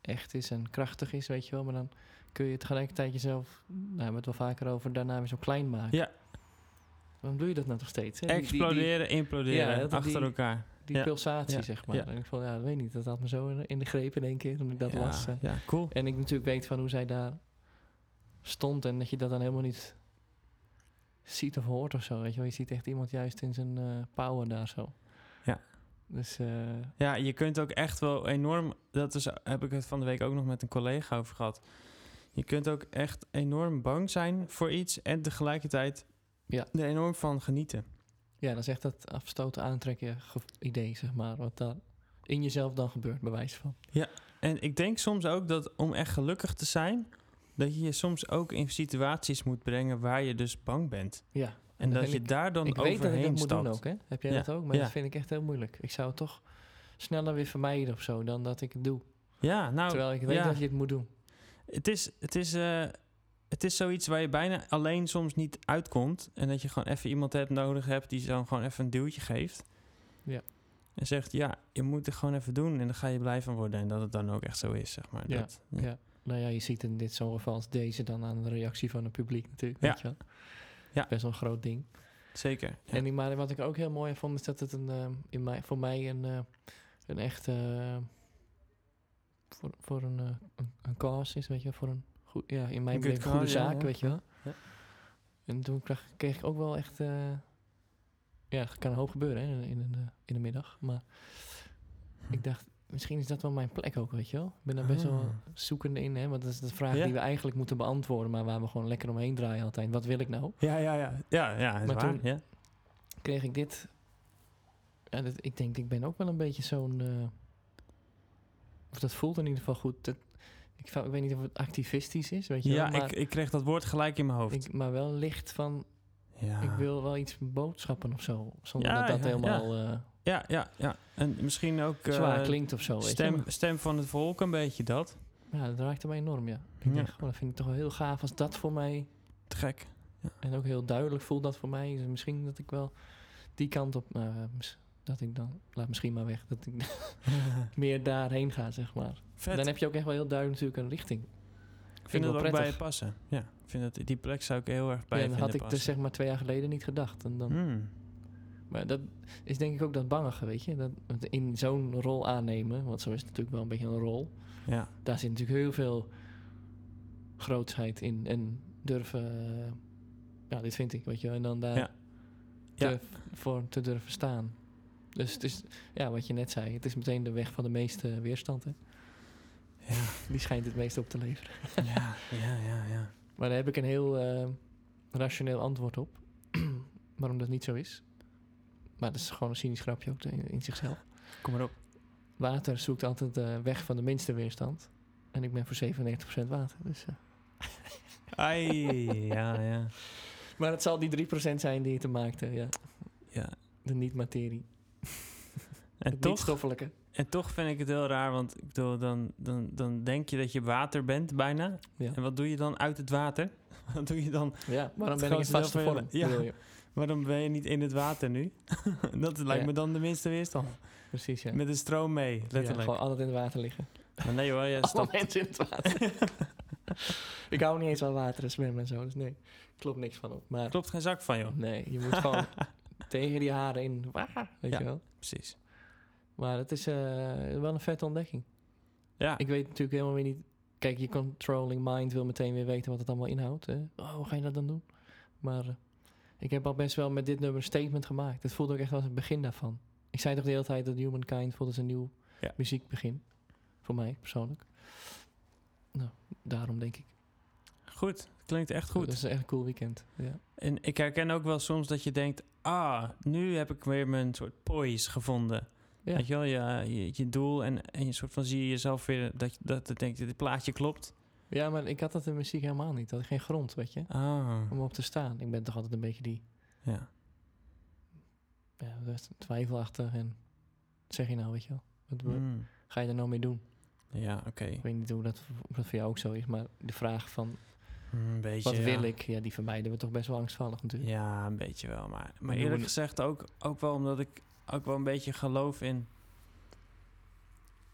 Speaker 2: echt is en krachtig is, weet je wel. Maar dan kun je tegelijkertijd jezelf... Nou, we hebben het wel vaker over, daarna weer zo klein maken.
Speaker 1: Ja.
Speaker 2: Waarom doe je dat nou toch steeds? hè? Die- die- die-
Speaker 1: Exploderen, imploderen,
Speaker 2: Ja, dat-
Speaker 1: achter
Speaker 2: die-
Speaker 1: elkaar.
Speaker 2: die
Speaker 1: Ja.
Speaker 2: pulsatie,
Speaker 1: Ja.
Speaker 2: zeg maar.
Speaker 1: Ja.
Speaker 2: En ik vond, ja, ik weet niet, dat had me zo in- in de greep in één keer toen ik dat
Speaker 1: ja,
Speaker 2: las. eh.
Speaker 1: ja, cool.
Speaker 2: En ik natuurlijk weet van hoe zij daar stond en dat je dat dan helemaal niet ziet of hoort of zo. Weet je, wel. je ziet echt iemand juist in zijn eh, power daar zo.
Speaker 1: Ja.
Speaker 2: Dus eh,
Speaker 1: Ja, je kunt ook echt wel enorm... Dat is, heb ik het van de week ook nog met een collega over gehad. Je kunt ook echt enorm bang zijn voor iets... en tegelijkertijd
Speaker 2: Ja.
Speaker 1: er enorm van genieten.
Speaker 2: ja, dan is echt dat afstoten aantrekken ge- idee, zeg maar. Wat daar in jezelf dan gebeurt, bij wijze van.
Speaker 1: En ik denk soms ook dat om echt gelukkig te zijn... dat je je soms ook in situaties moet brengen... waar je dus bang bent.
Speaker 2: Ja.
Speaker 1: En
Speaker 2: dat
Speaker 1: dat
Speaker 2: vind
Speaker 1: je
Speaker 2: ik-
Speaker 1: daar dan
Speaker 2: ik weet dat ik dat
Speaker 1: overheen
Speaker 2: moet doen
Speaker 1: stapt.
Speaker 2: ook, hè? Heb jij
Speaker 1: Ja.
Speaker 2: dat ook? Maar
Speaker 1: Ja.
Speaker 2: dat vind ik echt heel moeilijk. Ik zou toch sneller weer vermijden of zo dan dat ik het doe.
Speaker 1: Ja, nou,
Speaker 2: Terwijl ik weet
Speaker 1: ja.
Speaker 2: dat je het moet doen.
Speaker 1: het is, het, is, eh, het is zoiets waar je bijna alleen soms niet uitkomt. En dat je gewoon even iemand hebt nodig hebt die dan gewoon even een duwtje geeft.
Speaker 2: Ja.
Speaker 1: En zegt, ja, je moet het gewoon even doen en dan ga je blij van worden. En dat het dan ook echt zo is, zeg maar.
Speaker 2: Ja,
Speaker 1: Dat, ja.
Speaker 2: ja. Nou ja, je ziet in dit zo'n geval als deze dan aan de reactie van het publiek natuurlijk.
Speaker 1: Ja.
Speaker 2: Weet je wel.
Speaker 1: Ja.
Speaker 2: Best wel een groot ding.
Speaker 1: Zeker. Ja.
Speaker 2: En die, maar wat ik ook heel mooi vond, is dat het een, ehm, in mij, voor mij een, eh, een echte. eh, voor, voor een, eh, een, een cause is, weet je wel, Voor een goed, ja, in mijn
Speaker 1: Een good
Speaker 2: beleving goede
Speaker 1: cause, ja,
Speaker 2: zaak,
Speaker 1: ja.
Speaker 2: weet je wel.
Speaker 1: Ja.
Speaker 2: En toen kreeg, kreeg ik ook wel echt. eh, ja, het kan een hoop gebeuren hè, in, in, een, eh, in de middag. Maar ik dacht, misschien is dat wel mijn plek ook, weet je wel. Ik ben daar best wel
Speaker 1: Ah.
Speaker 2: zoekende in, hè. Want dat is de vraag
Speaker 1: Ja.
Speaker 2: die we eigenlijk moeten beantwoorden, maar waar we gewoon lekker omheen draaien altijd. Wat wil ik nou?
Speaker 1: ja, ja, ja. Ja, ja, is
Speaker 2: Maar
Speaker 1: waar.
Speaker 2: toen-
Speaker 1: ja.
Speaker 2: kreeg ik dit. Ja, dat, ik denk, ik ben ook wel een beetje zo'n. eh, of dat voelt in ieder geval goed. Dat, ik, va- ik weet niet of het activistisch is, weet je
Speaker 1: ja
Speaker 2: wel. Maar,
Speaker 1: ik, ik kreeg dat woord gelijk in mijn hoofd.
Speaker 2: ik- maar wel licht van,
Speaker 1: ja.
Speaker 2: ik wil wel iets boodschappen of zo. Zonder
Speaker 1: Ja,
Speaker 2: dat dat
Speaker 1: ja,
Speaker 2: helemaal eh,
Speaker 1: ja, ja, ja. En misschien ook eh,
Speaker 2: zwaar klinkt of zo. Weet je.
Speaker 1: stem,
Speaker 2: maar-
Speaker 1: stem van het volk een beetje dat.
Speaker 2: Ja, dat raakte mij enorm, ja.
Speaker 1: Ja.
Speaker 2: Ik dacht, oh, dat vind ik toch wel heel gaaf als dat voor mij...
Speaker 1: Te gek.
Speaker 2: En ook heel duidelijk voelt dat voor mij. Dus misschien dat ik wel die kant op... maar, eh, mis- dat ik dan... Laat misschien maar weg. Dat ik meer daarheen ga, zeg maar.
Speaker 1: Vet.
Speaker 2: Dan heb je ook echt wel heel duidelijk natuurlijk een richting.
Speaker 1: Ik vind
Speaker 2: ik
Speaker 1: dat ook
Speaker 2: wel
Speaker 1: bij je
Speaker 2: prettig.
Speaker 1: passen. Ja, ik vind dat, die plek zou ik heel erg bij
Speaker 2: Ja,
Speaker 1: je vinden
Speaker 2: en dat had ik dus
Speaker 1: passen.
Speaker 2: zeg maar twee jaar geleden niet gedacht. En dan,
Speaker 1: Hmm.
Speaker 2: Maar dat is denk ik ook dat bangige, weet je. Dat, want in zo'n rol aannemen, want zo is het natuurlijk wel een beetje een rol.
Speaker 1: Ja,
Speaker 2: Daar zit natuurlijk heel veel grootsheid in. En durven, eh, ja, dit vind ik, weet je. wel. En dan daar
Speaker 1: Ja. Ja.
Speaker 2: te- voor te durven staan. Dus het is, ja, wat je net zei, het is meteen de weg van de meeste weerstand. Hè?
Speaker 1: ja,
Speaker 2: Die schijnt het meest op te leveren.
Speaker 1: ja, ja, ja, ja.
Speaker 2: Maar daar heb ik een heel eh, rationeel antwoord op. waarom dat niet zo is. Maar dat is gewoon een cynisch grapje ook in, in zichzelf.
Speaker 1: Kom maar op.
Speaker 2: Water zoekt altijd de weg van de minste weerstand. En ik ben voor 97% water. Dus, eh.
Speaker 1: Ai, ja, ja.
Speaker 2: Maar het zal die 3% zijn die het er maakte. Ja.
Speaker 1: ja.
Speaker 2: De niet-materie.
Speaker 1: En,
Speaker 2: Het niet
Speaker 1: toch,
Speaker 2: stoffelijke.
Speaker 1: en toch vind ik het heel raar, want ik bedoel, dan, dan, dan denk je dat je water bent bijna.
Speaker 2: Ja.
Speaker 1: En wat doe je dan uit het water? Wat doe je dan?
Speaker 2: Ja, waarom
Speaker 1: Het
Speaker 2: ben ik in
Speaker 1: grootste deel
Speaker 2: vaste
Speaker 1: van je
Speaker 2: vorm?
Speaker 1: le- ja.
Speaker 2: bedoel je?
Speaker 1: Waarom ben je niet in het water nu? dat lijkt
Speaker 2: Ja.
Speaker 1: me dan de minste weerstand.
Speaker 2: Precies, ja.
Speaker 1: Met de stroom mee,
Speaker 2: Ja,
Speaker 1: letterlijk.
Speaker 2: gewoon altijd in het water liggen.
Speaker 1: maar nee hoor, je
Speaker 2: Alle
Speaker 1: stapt...
Speaker 2: mensen in het water. ik hou niet eens van water en zwemmen en zo. Dus nee, klopt niks van op. Maar
Speaker 1: Klopt geen zak van, joh.
Speaker 2: Nee, je moet gewoon tegen die haren in. Waa, weet
Speaker 1: Ja.
Speaker 2: je wel.
Speaker 1: Precies.
Speaker 2: Maar het is eh, wel een vette ontdekking.
Speaker 1: Ja,
Speaker 2: Ik weet natuurlijk helemaal weer niet. Kijk, je controlling mind wil meteen weer weten wat het allemaal inhoudt. Hè? Oh, hoe ga je dat dan doen? Maar eh, ik heb al best wel met dit nummer een statement gemaakt. Het voelde ook echt als het begin daarvan. Ik zei toch de hele tijd dat Humankind voelde als een nieuw
Speaker 1: Ja.
Speaker 2: muziekbegin. Voor mij persoonlijk. Nou, daarom denk ik.
Speaker 1: goed. Klinkt echt
Speaker 2: Goed.
Speaker 1: goed.
Speaker 2: Dat is echt een cool weekend. Ja.
Speaker 1: En ik herken ook wel soms dat je denkt: ah, nu heb ik weer mijn soort poise gevonden.
Speaker 2: Ja.
Speaker 1: Weet je wel, je, je, je doel en, en je soort van zie je jezelf weer dat je dat, dat denkt: dit plaatje klopt.
Speaker 2: ja, maar ik had dat in muziek helemaal niet. Dat had geen grond, weet je.
Speaker 1: Ah,
Speaker 2: om op te staan. Ik ben toch altijd een beetje die
Speaker 1: ja.
Speaker 2: ja, best twijfelachtig en wat zeg je nou, weet je wel? Wat wat
Speaker 1: Mm.
Speaker 2: ga je daar nou mee doen?
Speaker 1: Ja, oké.
Speaker 2: Ik weet niet hoe dat, of dat voor jou ook zo is, maar de vraag van
Speaker 1: Mm, Een beetje.
Speaker 2: wat
Speaker 1: ja.
Speaker 2: wil ik, ja, die vermijden we toch best wel angstvallig natuurlijk.
Speaker 1: Ja, een beetje wel. Maar, maar
Speaker 2: doen
Speaker 1: eerlijk
Speaker 2: we-
Speaker 1: gezegd ook, ook wel omdat ik ook wel een beetje geloof in.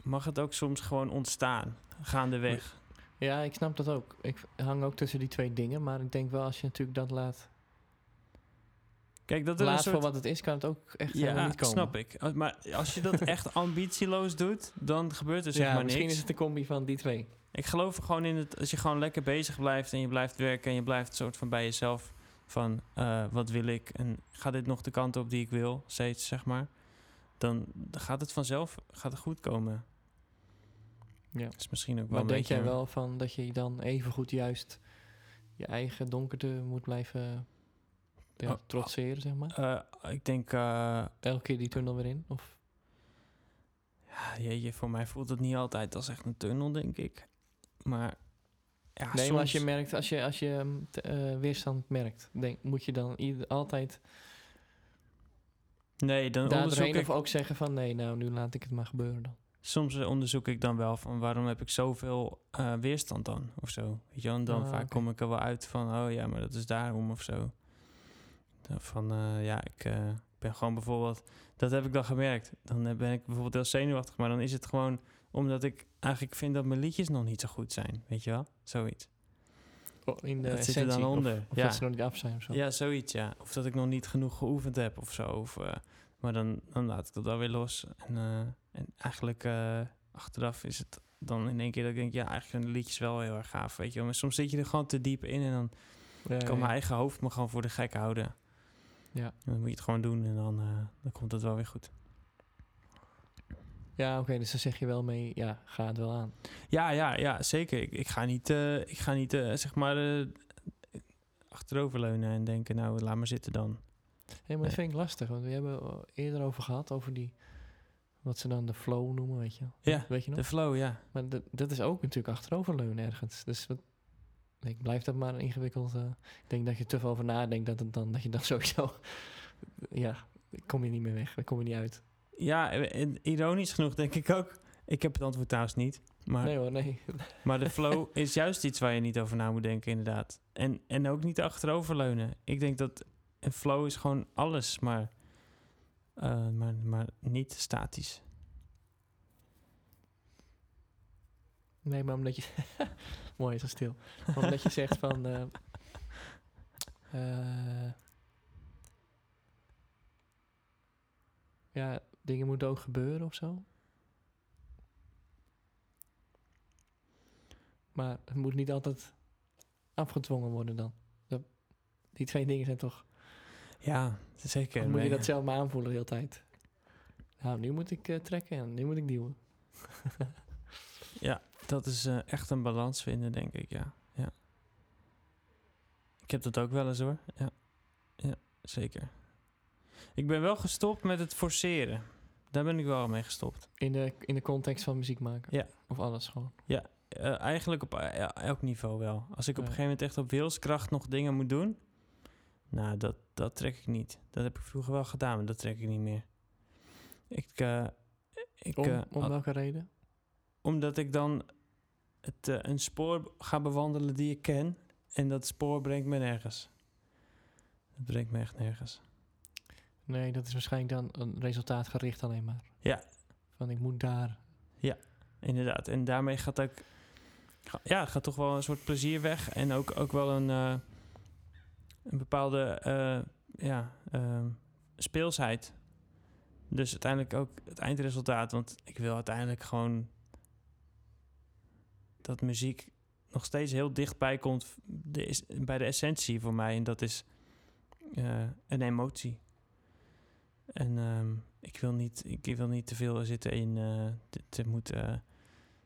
Speaker 1: Mag het ook soms gewoon ontstaan, gaandeweg.
Speaker 2: Ja, ik snap dat ook. Ik hang ook tussen die twee dingen, maar ik denk wel als je natuurlijk dat laat,
Speaker 1: Kijk, dat is een
Speaker 2: laat
Speaker 1: soort
Speaker 2: voor wat het is, kan het ook echt helemaal
Speaker 1: Ja,
Speaker 2: niet komen.
Speaker 1: snap ik. Uh, Maar als je dat echt ambitieloos doet, dan gebeurt er Dus zeg
Speaker 2: ja,
Speaker 1: maar
Speaker 2: misschien
Speaker 1: niks.
Speaker 2: is het de combi van die twee.
Speaker 1: Ik geloof er gewoon in het, als je gewoon lekker bezig blijft en je blijft werken en je blijft soort van bij jezelf van eh, wat wil ik en ga dit nog de kant op die ik wil, steeds zeg maar. Dan dan gaat het vanzelf, gaat het goed komen.
Speaker 2: Ja.
Speaker 1: Is misschien ook wel
Speaker 2: Maar
Speaker 1: een
Speaker 2: denk
Speaker 1: beetje...
Speaker 2: jij wel van dat je dan even goed juist je eigen donkerte moet blijven ja,
Speaker 1: Oh, oh.
Speaker 2: trotseren, zeg maar?
Speaker 1: Eh, ik denk, eh
Speaker 2: elke keer die tunnel weer in? Of
Speaker 1: ja, jeetje, voor mij voelt het niet altijd als echt een tunnel, denk ik. Maar ja,
Speaker 2: nee, maar als je
Speaker 1: Ah, soms-
Speaker 2: merkt, als je, als je ehm, t- eh, weerstand merkt, denk, moet je dan ieder, altijd
Speaker 1: Nee, dan
Speaker 2: Daar
Speaker 1: onderzoek
Speaker 2: doorheen
Speaker 1: ik...
Speaker 2: of ook zeggen van nee, nou nu laat ik het maar gebeuren dan.
Speaker 1: Soms eh, onderzoek ik dan wel van waarom heb ik zoveel eh, weerstand dan of zo. Weet je wel? En dan
Speaker 2: Ah,
Speaker 1: vaak
Speaker 2: oké.
Speaker 1: kom ik er wel uit van, oh ja, maar dat is daarom of zo. Dan Van eh, ja, ik eh, ben gewoon bijvoorbeeld, dat heb ik dan gemerkt. Dan eh, ben ik bijvoorbeeld heel zenuwachtig, maar dan is het gewoon omdat ik eigenlijk vind dat mijn liedjes nog niet zo goed zijn. Weet je wel? Zoiets.
Speaker 2: In de
Speaker 1: Oh, dat zit er
Speaker 2: essentie,
Speaker 1: dan
Speaker 2: of-
Speaker 1: onder.
Speaker 2: Of
Speaker 1: ja.
Speaker 2: dat ze nog niet af zijn of zo.
Speaker 1: ja, zoiets ja. Of dat ik nog niet genoeg geoefend heb of zo. Of, eh, maar dan, dan laat ik dat wel weer los. En, eh, en eigenlijk eh, achteraf is het dan in één keer dat ik denk, ja, eigenlijk zijn de liedjes wel heel erg gaaf, weet je wel. Maar soms zit je er gewoon te diep in en dan
Speaker 2: Ja,
Speaker 1: kan mijn eigen hoofd me gewoon voor de gek houden.
Speaker 2: Ja.
Speaker 1: En dan moet je het gewoon doen en dan, eh, dan komt het wel weer goed.
Speaker 2: Ja, oké, dus dan zeg je wel mee, ja, ga het wel aan.
Speaker 1: Ja, ja, ja, zeker. Ik, ik ga niet, eh, ik ga niet eh, zeg maar, eh, achteroverleunen en denken, nou, laat maar zitten dan.
Speaker 2: Hé, maar dat vind ik lastig, want we hebben er eerder over gehad, over die, wat ze dan de flow noemen, weet je wel.
Speaker 1: Ja,
Speaker 2: Weet je nog?
Speaker 1: de flow, ja.
Speaker 2: Maar dat- dat is ook natuurlijk achteroverleunen ergens. Dus wat, ik blijf dat maar een ingewikkeld. eh, ik denk dat je te veel over nadenkt dat, het dan, dat je dan sowieso. ja, daar kom je niet meer weg. Daar kom je niet uit.
Speaker 1: Ja, en ironisch genoeg denk ik ook. Ik heb het antwoord trouwens niet. Maar,
Speaker 2: Nee hoor, nee.
Speaker 1: maar de flow is juist iets waar je niet over na moet denken, inderdaad. En, en ook niet achteroverleunen. Ik denk dat een flow is gewoon alles, maar, eh, maar, maar niet statisch.
Speaker 2: Nee, maar omdat je. Mooi, zo stil. Maar omdat je zegt van. eh, eh, ja, dingen moeten ook gebeuren of zo. Maar het moet niet altijd afgedwongen worden dan. Dat, die twee dingen zijn toch.
Speaker 1: Ja, zeker.
Speaker 2: moet je
Speaker 1: Nee,
Speaker 2: dat zelf maar aanvoelen de hele tijd. Nou, nu moet ik eh, trekken en nu moet ik duwen.
Speaker 1: dat is eh, echt een balans vinden, denk ik, ja. ja. Ik heb dat ook wel eens hoor. Ja, ja zeker. Ik ben wel gestopt met het forceren. Daar ben ik wel mee gestopt.
Speaker 2: In de, in de context van muziek maken.
Speaker 1: Ja.
Speaker 2: Of alles gewoon.
Speaker 1: Eh, eigenlijk op eh, ja, elk niveau wel. Als ik op
Speaker 2: Ja.
Speaker 1: een gegeven moment echt op wilskracht nog dingen moet doen, nou, dat, dat trek ik niet. Dat heb ik vroeger wel gedaan, maar dat trek ik niet meer. Ik, eh, ik,
Speaker 2: Om,
Speaker 1: eh,
Speaker 2: om
Speaker 1: al-
Speaker 2: welke reden?
Speaker 1: omdat ik dan het, eh, een spoor b- ga bewandelen die ik ken en dat spoor brengt me nergens. Dat brengt me echt nergens.
Speaker 2: Nee, dat is waarschijnlijk dan een resultaat gericht alleen maar.
Speaker 1: Ja.
Speaker 2: Van ik moet daar.
Speaker 1: Inderdaad. En daarmee gaat ook. ga- Ja, gaat toch wel een soort plezier weg. En ook, ook wel een, eh, een bepaalde eh, ja, ehm, speelsheid. Dus uiteindelijk ook het eindresultaat. Want ik wil uiteindelijk gewoon dat muziek nog steeds heel dichtbij komt v- de es- bij de essentie voor mij. En dat is eh, een emotie. En ehm, ik wil niet, ik wil niet te veel zitten in. eh, dit, dit moet eh,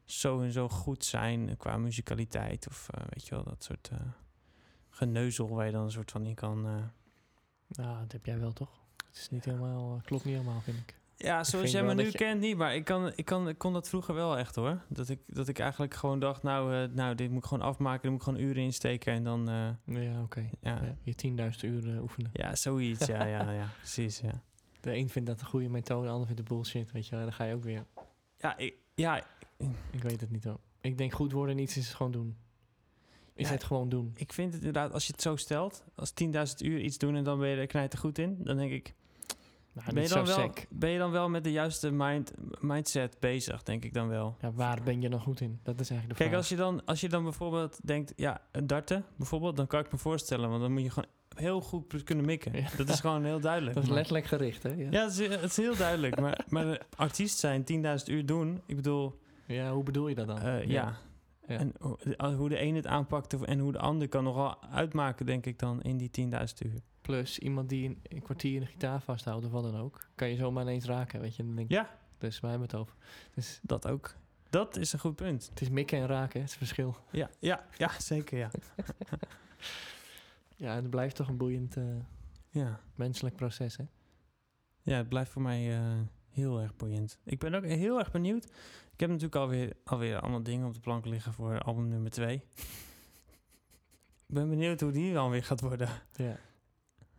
Speaker 1: zo en zo goed zijn qua muzikaliteit. Of eh, weet je wel, dat soort eh, geneuzel waar je dan een soort van in kan. eh,
Speaker 2: Nou, dat heb jij wel toch? Het is niet helemaal, eh, klopt niet helemaal, vind ik.
Speaker 1: Ja, zoals
Speaker 2: vind
Speaker 1: jij me
Speaker 2: wel
Speaker 1: nu
Speaker 2: dat je-
Speaker 1: kent niet, maar ik, kan, ik, kan, ik kon dat vroeger wel echt hoor. Dat ik, dat ik eigenlijk gewoon dacht, nou, eh, nou, dit moet ik gewoon afmaken, daar moet ik gewoon uren insteken en dan, eh,
Speaker 2: Ja, oké.
Speaker 1: ja. ja.
Speaker 2: Je 10.000 uur eh, oefenen.
Speaker 1: zoiets, ja, ja, ja, precies, ja.
Speaker 2: De een vindt dat een goede methode, de ander vindt het bullshit, weet je wel. En dan ga je ook weer.
Speaker 1: Ja, ik, ja,
Speaker 2: Ik weet het niet hoor. Ik denk goed worden in iets is het gewoon doen. Is
Speaker 1: Ja.
Speaker 2: het gewoon doen.
Speaker 1: ik vind het inderdaad, als je het zo stelt, als 10.000 uur iets doen en dan ben je er knijter goed in, dan denk ik,
Speaker 2: Nou,
Speaker 1: ben,
Speaker 2: niet
Speaker 1: je
Speaker 2: zo
Speaker 1: dan wel,
Speaker 2: sec.
Speaker 1: ben je dan wel met de juiste mind, mindset bezig, denk ik dan wel.
Speaker 2: Ja, waar ben je dan goed in? Dat is eigenlijk de
Speaker 1: Kijk,
Speaker 2: vraag.
Speaker 1: als je, dan, als je dan bijvoorbeeld denkt, ja, een darten bijvoorbeeld, dan kan ik me voorstellen, want dan moet je gewoon heel goed kunnen mikken.
Speaker 2: Ja.
Speaker 1: Dat is gewoon heel duidelijk.
Speaker 2: dat is
Speaker 1: maar-
Speaker 2: letterlijk gericht, hè? Ja.
Speaker 1: Ja, het is, het is heel duidelijk. maar, maar een artiest zijn, 10.000 uur doen, ik bedoel,
Speaker 2: Oh, Ja, hoe bedoel je dat dan?
Speaker 1: eh, ja.
Speaker 2: Ja.
Speaker 1: En hoe de- hoe de een het aanpakt of- en hoe de ander kan nogal uitmaken, denk ik dan, in die 10.000 uur.
Speaker 2: Plus iemand die een, een kwartier een gitaar vasthoudt of wat dan ook, kan je zomaar ineens raken, weet je. Dan denk ik,
Speaker 1: Ja.
Speaker 2: Dus waar hebben we het over? Dus
Speaker 1: Dat ook. Dat is een goed punt.
Speaker 2: het is mikken en raken, hè, het is verschil.
Speaker 1: Ja, ja, ja zeker, ja.
Speaker 2: Ja, en het blijft toch een boeiend eh,
Speaker 1: ja.
Speaker 2: menselijk proces, hè?
Speaker 1: Ja, het blijft voor mij eh, heel erg boeiend. Ik ben ook heel erg benieuwd. Ik heb natuurlijk alweer, alweer allemaal dingen op de plank liggen voor album nummer 2. ik ben benieuwd hoe die dan weer gaat worden.
Speaker 2: Ja.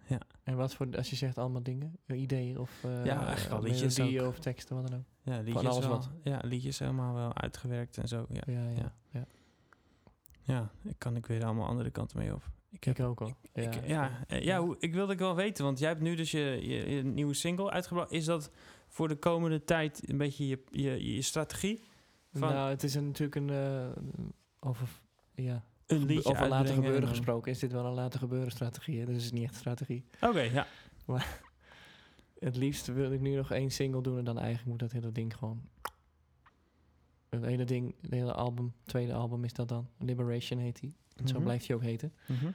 Speaker 1: Ja.
Speaker 2: En wat voor, als je zegt allemaal dingen, eh, ideeën of eh
Speaker 1: Ja, eigenlijk al
Speaker 2: eh,
Speaker 1: liedjes
Speaker 2: melodieën
Speaker 1: ook.
Speaker 2: of teksten, wat dan ook.
Speaker 1: Ja, liedjes,
Speaker 2: alles
Speaker 1: wel-
Speaker 2: wat.
Speaker 1: ja, liedjes helemaal wel uitgewerkt en zo. Ja,
Speaker 2: Ja, ja.
Speaker 1: ja.
Speaker 2: ja.
Speaker 1: ja ik kan ik weer allemaal andere kanten mee op. Ik heb,
Speaker 2: Ik ook al.
Speaker 1: ik- ja, eh,
Speaker 2: ja.
Speaker 1: ja, hoe, ik wilde ik wel weten, want jij hebt nu dus je, je, je nieuwe single uitgebracht. Is dat voor de komende tijd een beetje je, je, je strategie? van-
Speaker 2: Nou, het is een, natuurlijk een... eh, over, ja,
Speaker 1: Een
Speaker 2: Gebe-
Speaker 1: liedje
Speaker 2: Over later
Speaker 1: uitbrengen en
Speaker 2: gebeuren
Speaker 1: dan-
Speaker 2: gesproken is dit wel een later gebeuren strategie. hè? Dus het is niet echt strategie.
Speaker 1: Oké, ja.
Speaker 2: Het liefst wil ik nu nog één single doen en dan eigenlijk moet dat hele ding gewoon... Het hele ding, het hele album, tweede album is dat dan. Liberation heet die. En Zo
Speaker 1: Mhm.
Speaker 2: blijft hij ook heten.
Speaker 1: Mhm.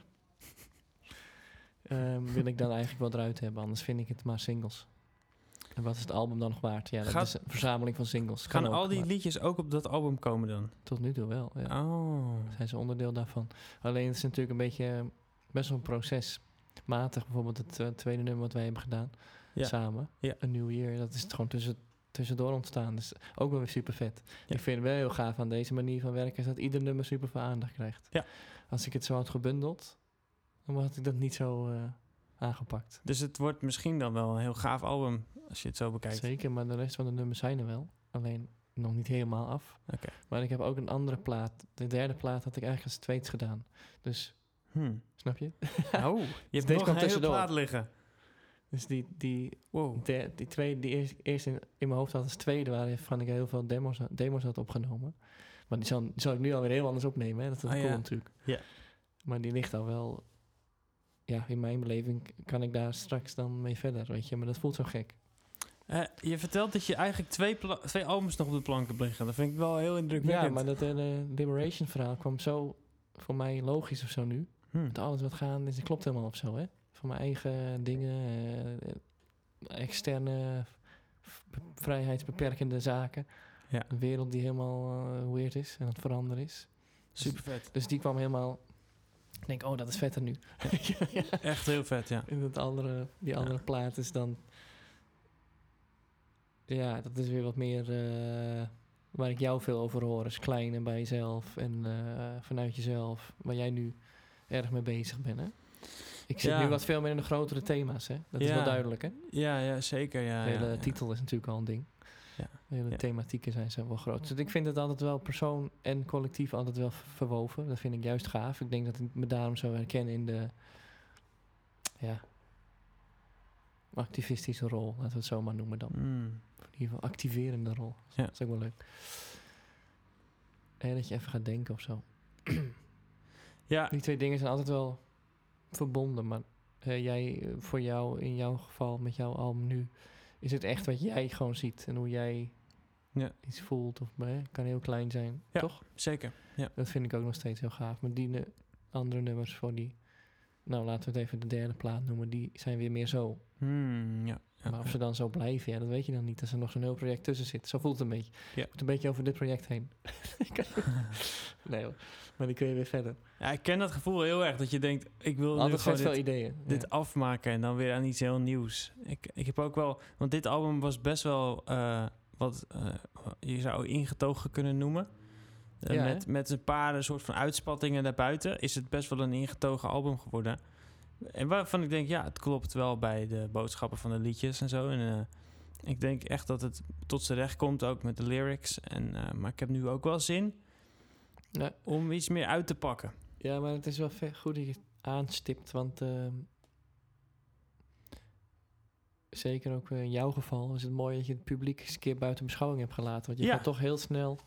Speaker 2: Ehm, wil ik dan eigenlijk wel eruit hebben, anders vind ik het maar singles. En wat is het album dan nog waard? Ja, dat
Speaker 1: Gaat-
Speaker 2: is een verzameling van singles.
Speaker 1: Gaan
Speaker 2: Kan ook,
Speaker 1: al die
Speaker 2: maar
Speaker 1: liedjes ook op dat album komen dan?
Speaker 2: Tot nu toe wel, ja.
Speaker 1: Oh.
Speaker 2: zijn ze onderdeel daarvan. Alleen het is natuurlijk een beetje eh, best wel een proces. Matig bijvoorbeeld het eh, tweede nummer wat wij hebben gedaan
Speaker 1: Ja.
Speaker 2: samen.
Speaker 1: Ja.
Speaker 2: Een nieuw Year, dat is het gewoon tussen, tussendoor ontstaan. Dus ook wel weer super vet.
Speaker 1: Ja.
Speaker 2: Ik vind het wel heel gaaf aan deze manier van werken is dat ieder nummer super veel aandacht krijgt.
Speaker 1: Ja.
Speaker 2: Als ik het zo had gebundeld, dan had ik dat niet zo eh, aangepakt.
Speaker 1: Dus het wordt misschien dan wel een heel gaaf album als je het zo bekijkt.
Speaker 2: Zeker, maar de rest van de nummers zijn er wel. Alleen nog niet helemaal af.
Speaker 1: Oké.
Speaker 2: Maar ik heb ook een andere plaat. De derde plaat had ik eigenlijk als tweets gedaan. Dus,
Speaker 1: Hmm.
Speaker 2: snap je?
Speaker 1: Oh, je hebt
Speaker 2: deze
Speaker 1: nog
Speaker 2: kwam
Speaker 1: een hele
Speaker 2: tussendoor.
Speaker 1: plaat liggen.
Speaker 2: Dus die, die,
Speaker 1: Wow.
Speaker 2: de- die twee die eerst, eerst in, in mijn hoofd had als tweede waren, waarvan ik heel veel demos, demos had opgenomen. Maar die zal, die zal ik nu alweer heel anders opnemen. Hè? Dat is
Speaker 1: Ah,
Speaker 2: cool
Speaker 1: ja.
Speaker 2: natuurlijk.
Speaker 1: Ja.
Speaker 2: Maar die ligt al wel. Ja, in mijn beleving kan ik daar straks dan mee verder, weet je. Maar dat voelt zo gek.
Speaker 1: Eh, je vertelt dat je eigenlijk twee, pla- twee albums nog op de plank hebt liggen. Dat vind ik wel heel indrukwekkend.
Speaker 2: Ja, maar dat hele liberation verhaal kwam zo voor mij logisch of zo nu.
Speaker 1: Hmm.
Speaker 2: Met alles wat gaande is, dat klopt helemaal of zo, hè. Van mijn eigen dingen, eh, eh, externe v- vrijheidsbeperkende zaken.
Speaker 1: Ja,
Speaker 2: een wereld die helemaal eh, weird is en aan het veranderen is.
Speaker 1: super vet.
Speaker 2: Dus die kwam helemaal. Ik denk, oh, dat is vetter nu. Ja, ja.
Speaker 1: Echt heel vet, ja.
Speaker 2: En dat andere, die
Speaker 1: Ja.
Speaker 2: andere plaat is dan. Ja, dat is weer wat meer eh, waar ik jou veel over hoor. Is klein en bij jezelf en eh, vanuit jezelf. Waar jij nu erg mee bezig bent, hè? Ik zit
Speaker 1: Ja.
Speaker 2: nu wat veel meer in de grotere thema's, hè? Dat is
Speaker 1: Ja.
Speaker 2: wel duidelijk, hè?
Speaker 1: Ja, ja zeker. Ja,
Speaker 2: De hele
Speaker 1: ja, ja.
Speaker 2: titel is natuurlijk al een ding.
Speaker 1: Ja.
Speaker 2: De hele
Speaker 1: Ja.
Speaker 2: thematieken zijn, zijn wel groot. Dus ik vind het altijd wel persoon en collectief altijd wel v- verwoven. Dat vind ik juist gaaf. Ik denk dat ik me daarom zo herken in de ja, activistische rol. Laten we het zo maar noemen dan.
Speaker 1: Hmm.
Speaker 2: In ieder geval activerende rol.
Speaker 1: Ja.
Speaker 2: Dat is ook wel leuk. En dat je even gaat denken of zo.
Speaker 1: Ja,
Speaker 2: Die twee dingen zijn altijd wel verbonden, maar eh, jij, eh, voor jou, in jouw geval, met jouw album nu, is het echt wat jij gewoon ziet en hoe jij
Speaker 1: Ja.
Speaker 2: iets voelt. Of eh, kan heel klein zijn,
Speaker 1: Ja.
Speaker 2: toch?
Speaker 1: zeker.
Speaker 2: Dat vind ik ook nog steeds heel gaaf. Maar die nu- andere nummers voor die, nou laten we het even de derde plaat noemen, die zijn weer meer zo.
Speaker 1: Hmm, ja. ja.
Speaker 2: maar of ze dan zo blijven, ja, dat weet je dan niet. Als er nog zo'n heel project tussen zit. Zo voelt het een beetje.
Speaker 1: Ja.
Speaker 2: Je moet een beetje over dit project heen. nee hoor, maar die kun je weer verder.
Speaker 1: Ja, ik ken dat gevoel heel erg. Dat je denkt, ik wil nu
Speaker 2: Altijd
Speaker 1: gewoon
Speaker 2: vet
Speaker 1: dit,
Speaker 2: veel ideeën.
Speaker 1: dit
Speaker 2: ja.
Speaker 1: afmaken en dan weer aan iets heel nieuws. Ik, ik heb ook wel... Want dit album was best wel eh, wat eh, je zou ingetogen kunnen noemen. Eh,
Speaker 2: Ja,
Speaker 1: met, met een paar eh, soort van uitspattingen daarbuiten... is het best wel een ingetogen album geworden. En waarvan ik denk, ja, het klopt wel bij de boodschappen van de liedjes en zo. En eh, ik denk echt dat het tot z'n recht komt, ook met de lyrics. En, eh, maar ik heb nu ook wel zin
Speaker 2: Ja.
Speaker 1: om iets meer uit te pakken.
Speaker 2: Ja, maar het is wel ve- goed dat je het aanstipt, want ehm, zeker ook eh, in jouw geval is het mooi dat je het publiek eens een keer buiten beschouwing hebt gelaten. Want je
Speaker 1: Ja.
Speaker 2: gaat toch heel snel,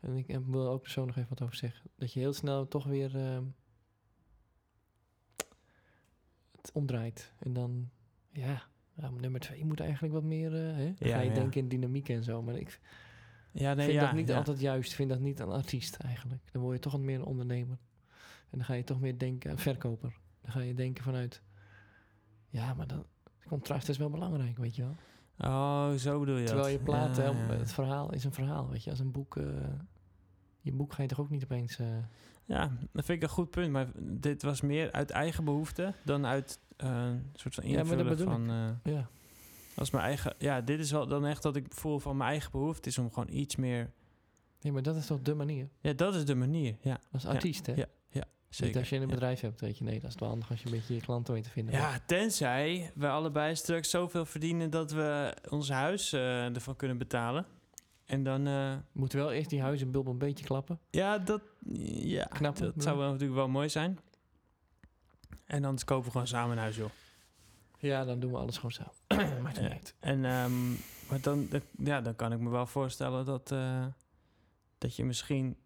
Speaker 2: en ik eh, wil er ook zo nog even wat over zeggen, dat je heel snel toch weer ehm, het omdraait. En dan, ja, ja, maar nummer twee moet eigenlijk wat meer, eh, hè? Dan
Speaker 1: Ja,
Speaker 2: ga je
Speaker 1: ja.
Speaker 2: denken in dynamiek en zo, maar ik
Speaker 1: Ja, nee,
Speaker 2: vind
Speaker 1: ja,
Speaker 2: dat niet
Speaker 1: ja.
Speaker 2: altijd juist. Ik Vind dat niet een artiest eigenlijk. Dan word je toch wat meer een ondernemer. En dan ga je toch meer denken aan verkoper. Dan ga je denken vanuit... Ja, maar dat het contrast is wel belangrijk, weet je wel.
Speaker 1: Oh, zo bedoel je
Speaker 2: Terwijl
Speaker 1: dat.
Speaker 2: je plaat...
Speaker 1: Ja,
Speaker 2: hè,
Speaker 1: ja.
Speaker 2: Het verhaal is een verhaal, weet je. Als een boek... eh, je boek ga je toch ook niet opeens... eh,
Speaker 1: Ja, dat vind ik een goed punt. Maar dit was meer uit eigen behoefte dan uit eh, een soort van
Speaker 2: Ja, maar dat
Speaker 1: invullen
Speaker 2: bedoel
Speaker 1: van... eh,
Speaker 2: ja,
Speaker 1: als mijn eigen... Ja, dit is wel dan echt dat ik voel van mijn eigen behoefte is om gewoon iets meer...
Speaker 2: nee, maar dat is toch de manier.
Speaker 1: Ja, dat is de manier. Ja,
Speaker 2: Als artiest, hè.
Speaker 1: ja, ja,
Speaker 2: Niet als je in een
Speaker 1: ja.
Speaker 2: bedrijf hebt, weet je. Nee, dat is wel handig als je een beetje je klanten weet te vinden.
Speaker 1: Ja, tenzij we allebei straks zoveel verdienen dat we ons huis eh, ervan kunnen betalen. En dan, eh,
Speaker 2: Moet wel eerst die huizenbulb een beetje klappen.
Speaker 1: ja, dat, ja,
Speaker 2: Knap,
Speaker 1: dat
Speaker 2: hè?
Speaker 1: zou wel, natuurlijk wel mooi zijn. En dan kopen we gewoon samen een huis, joh.
Speaker 2: Ja, dan doen we alles gewoon samen. Maakt niet uit.
Speaker 1: En ehm, maar dan, dat- ja, dan kan ik me wel voorstellen dat, eh, dat je misschien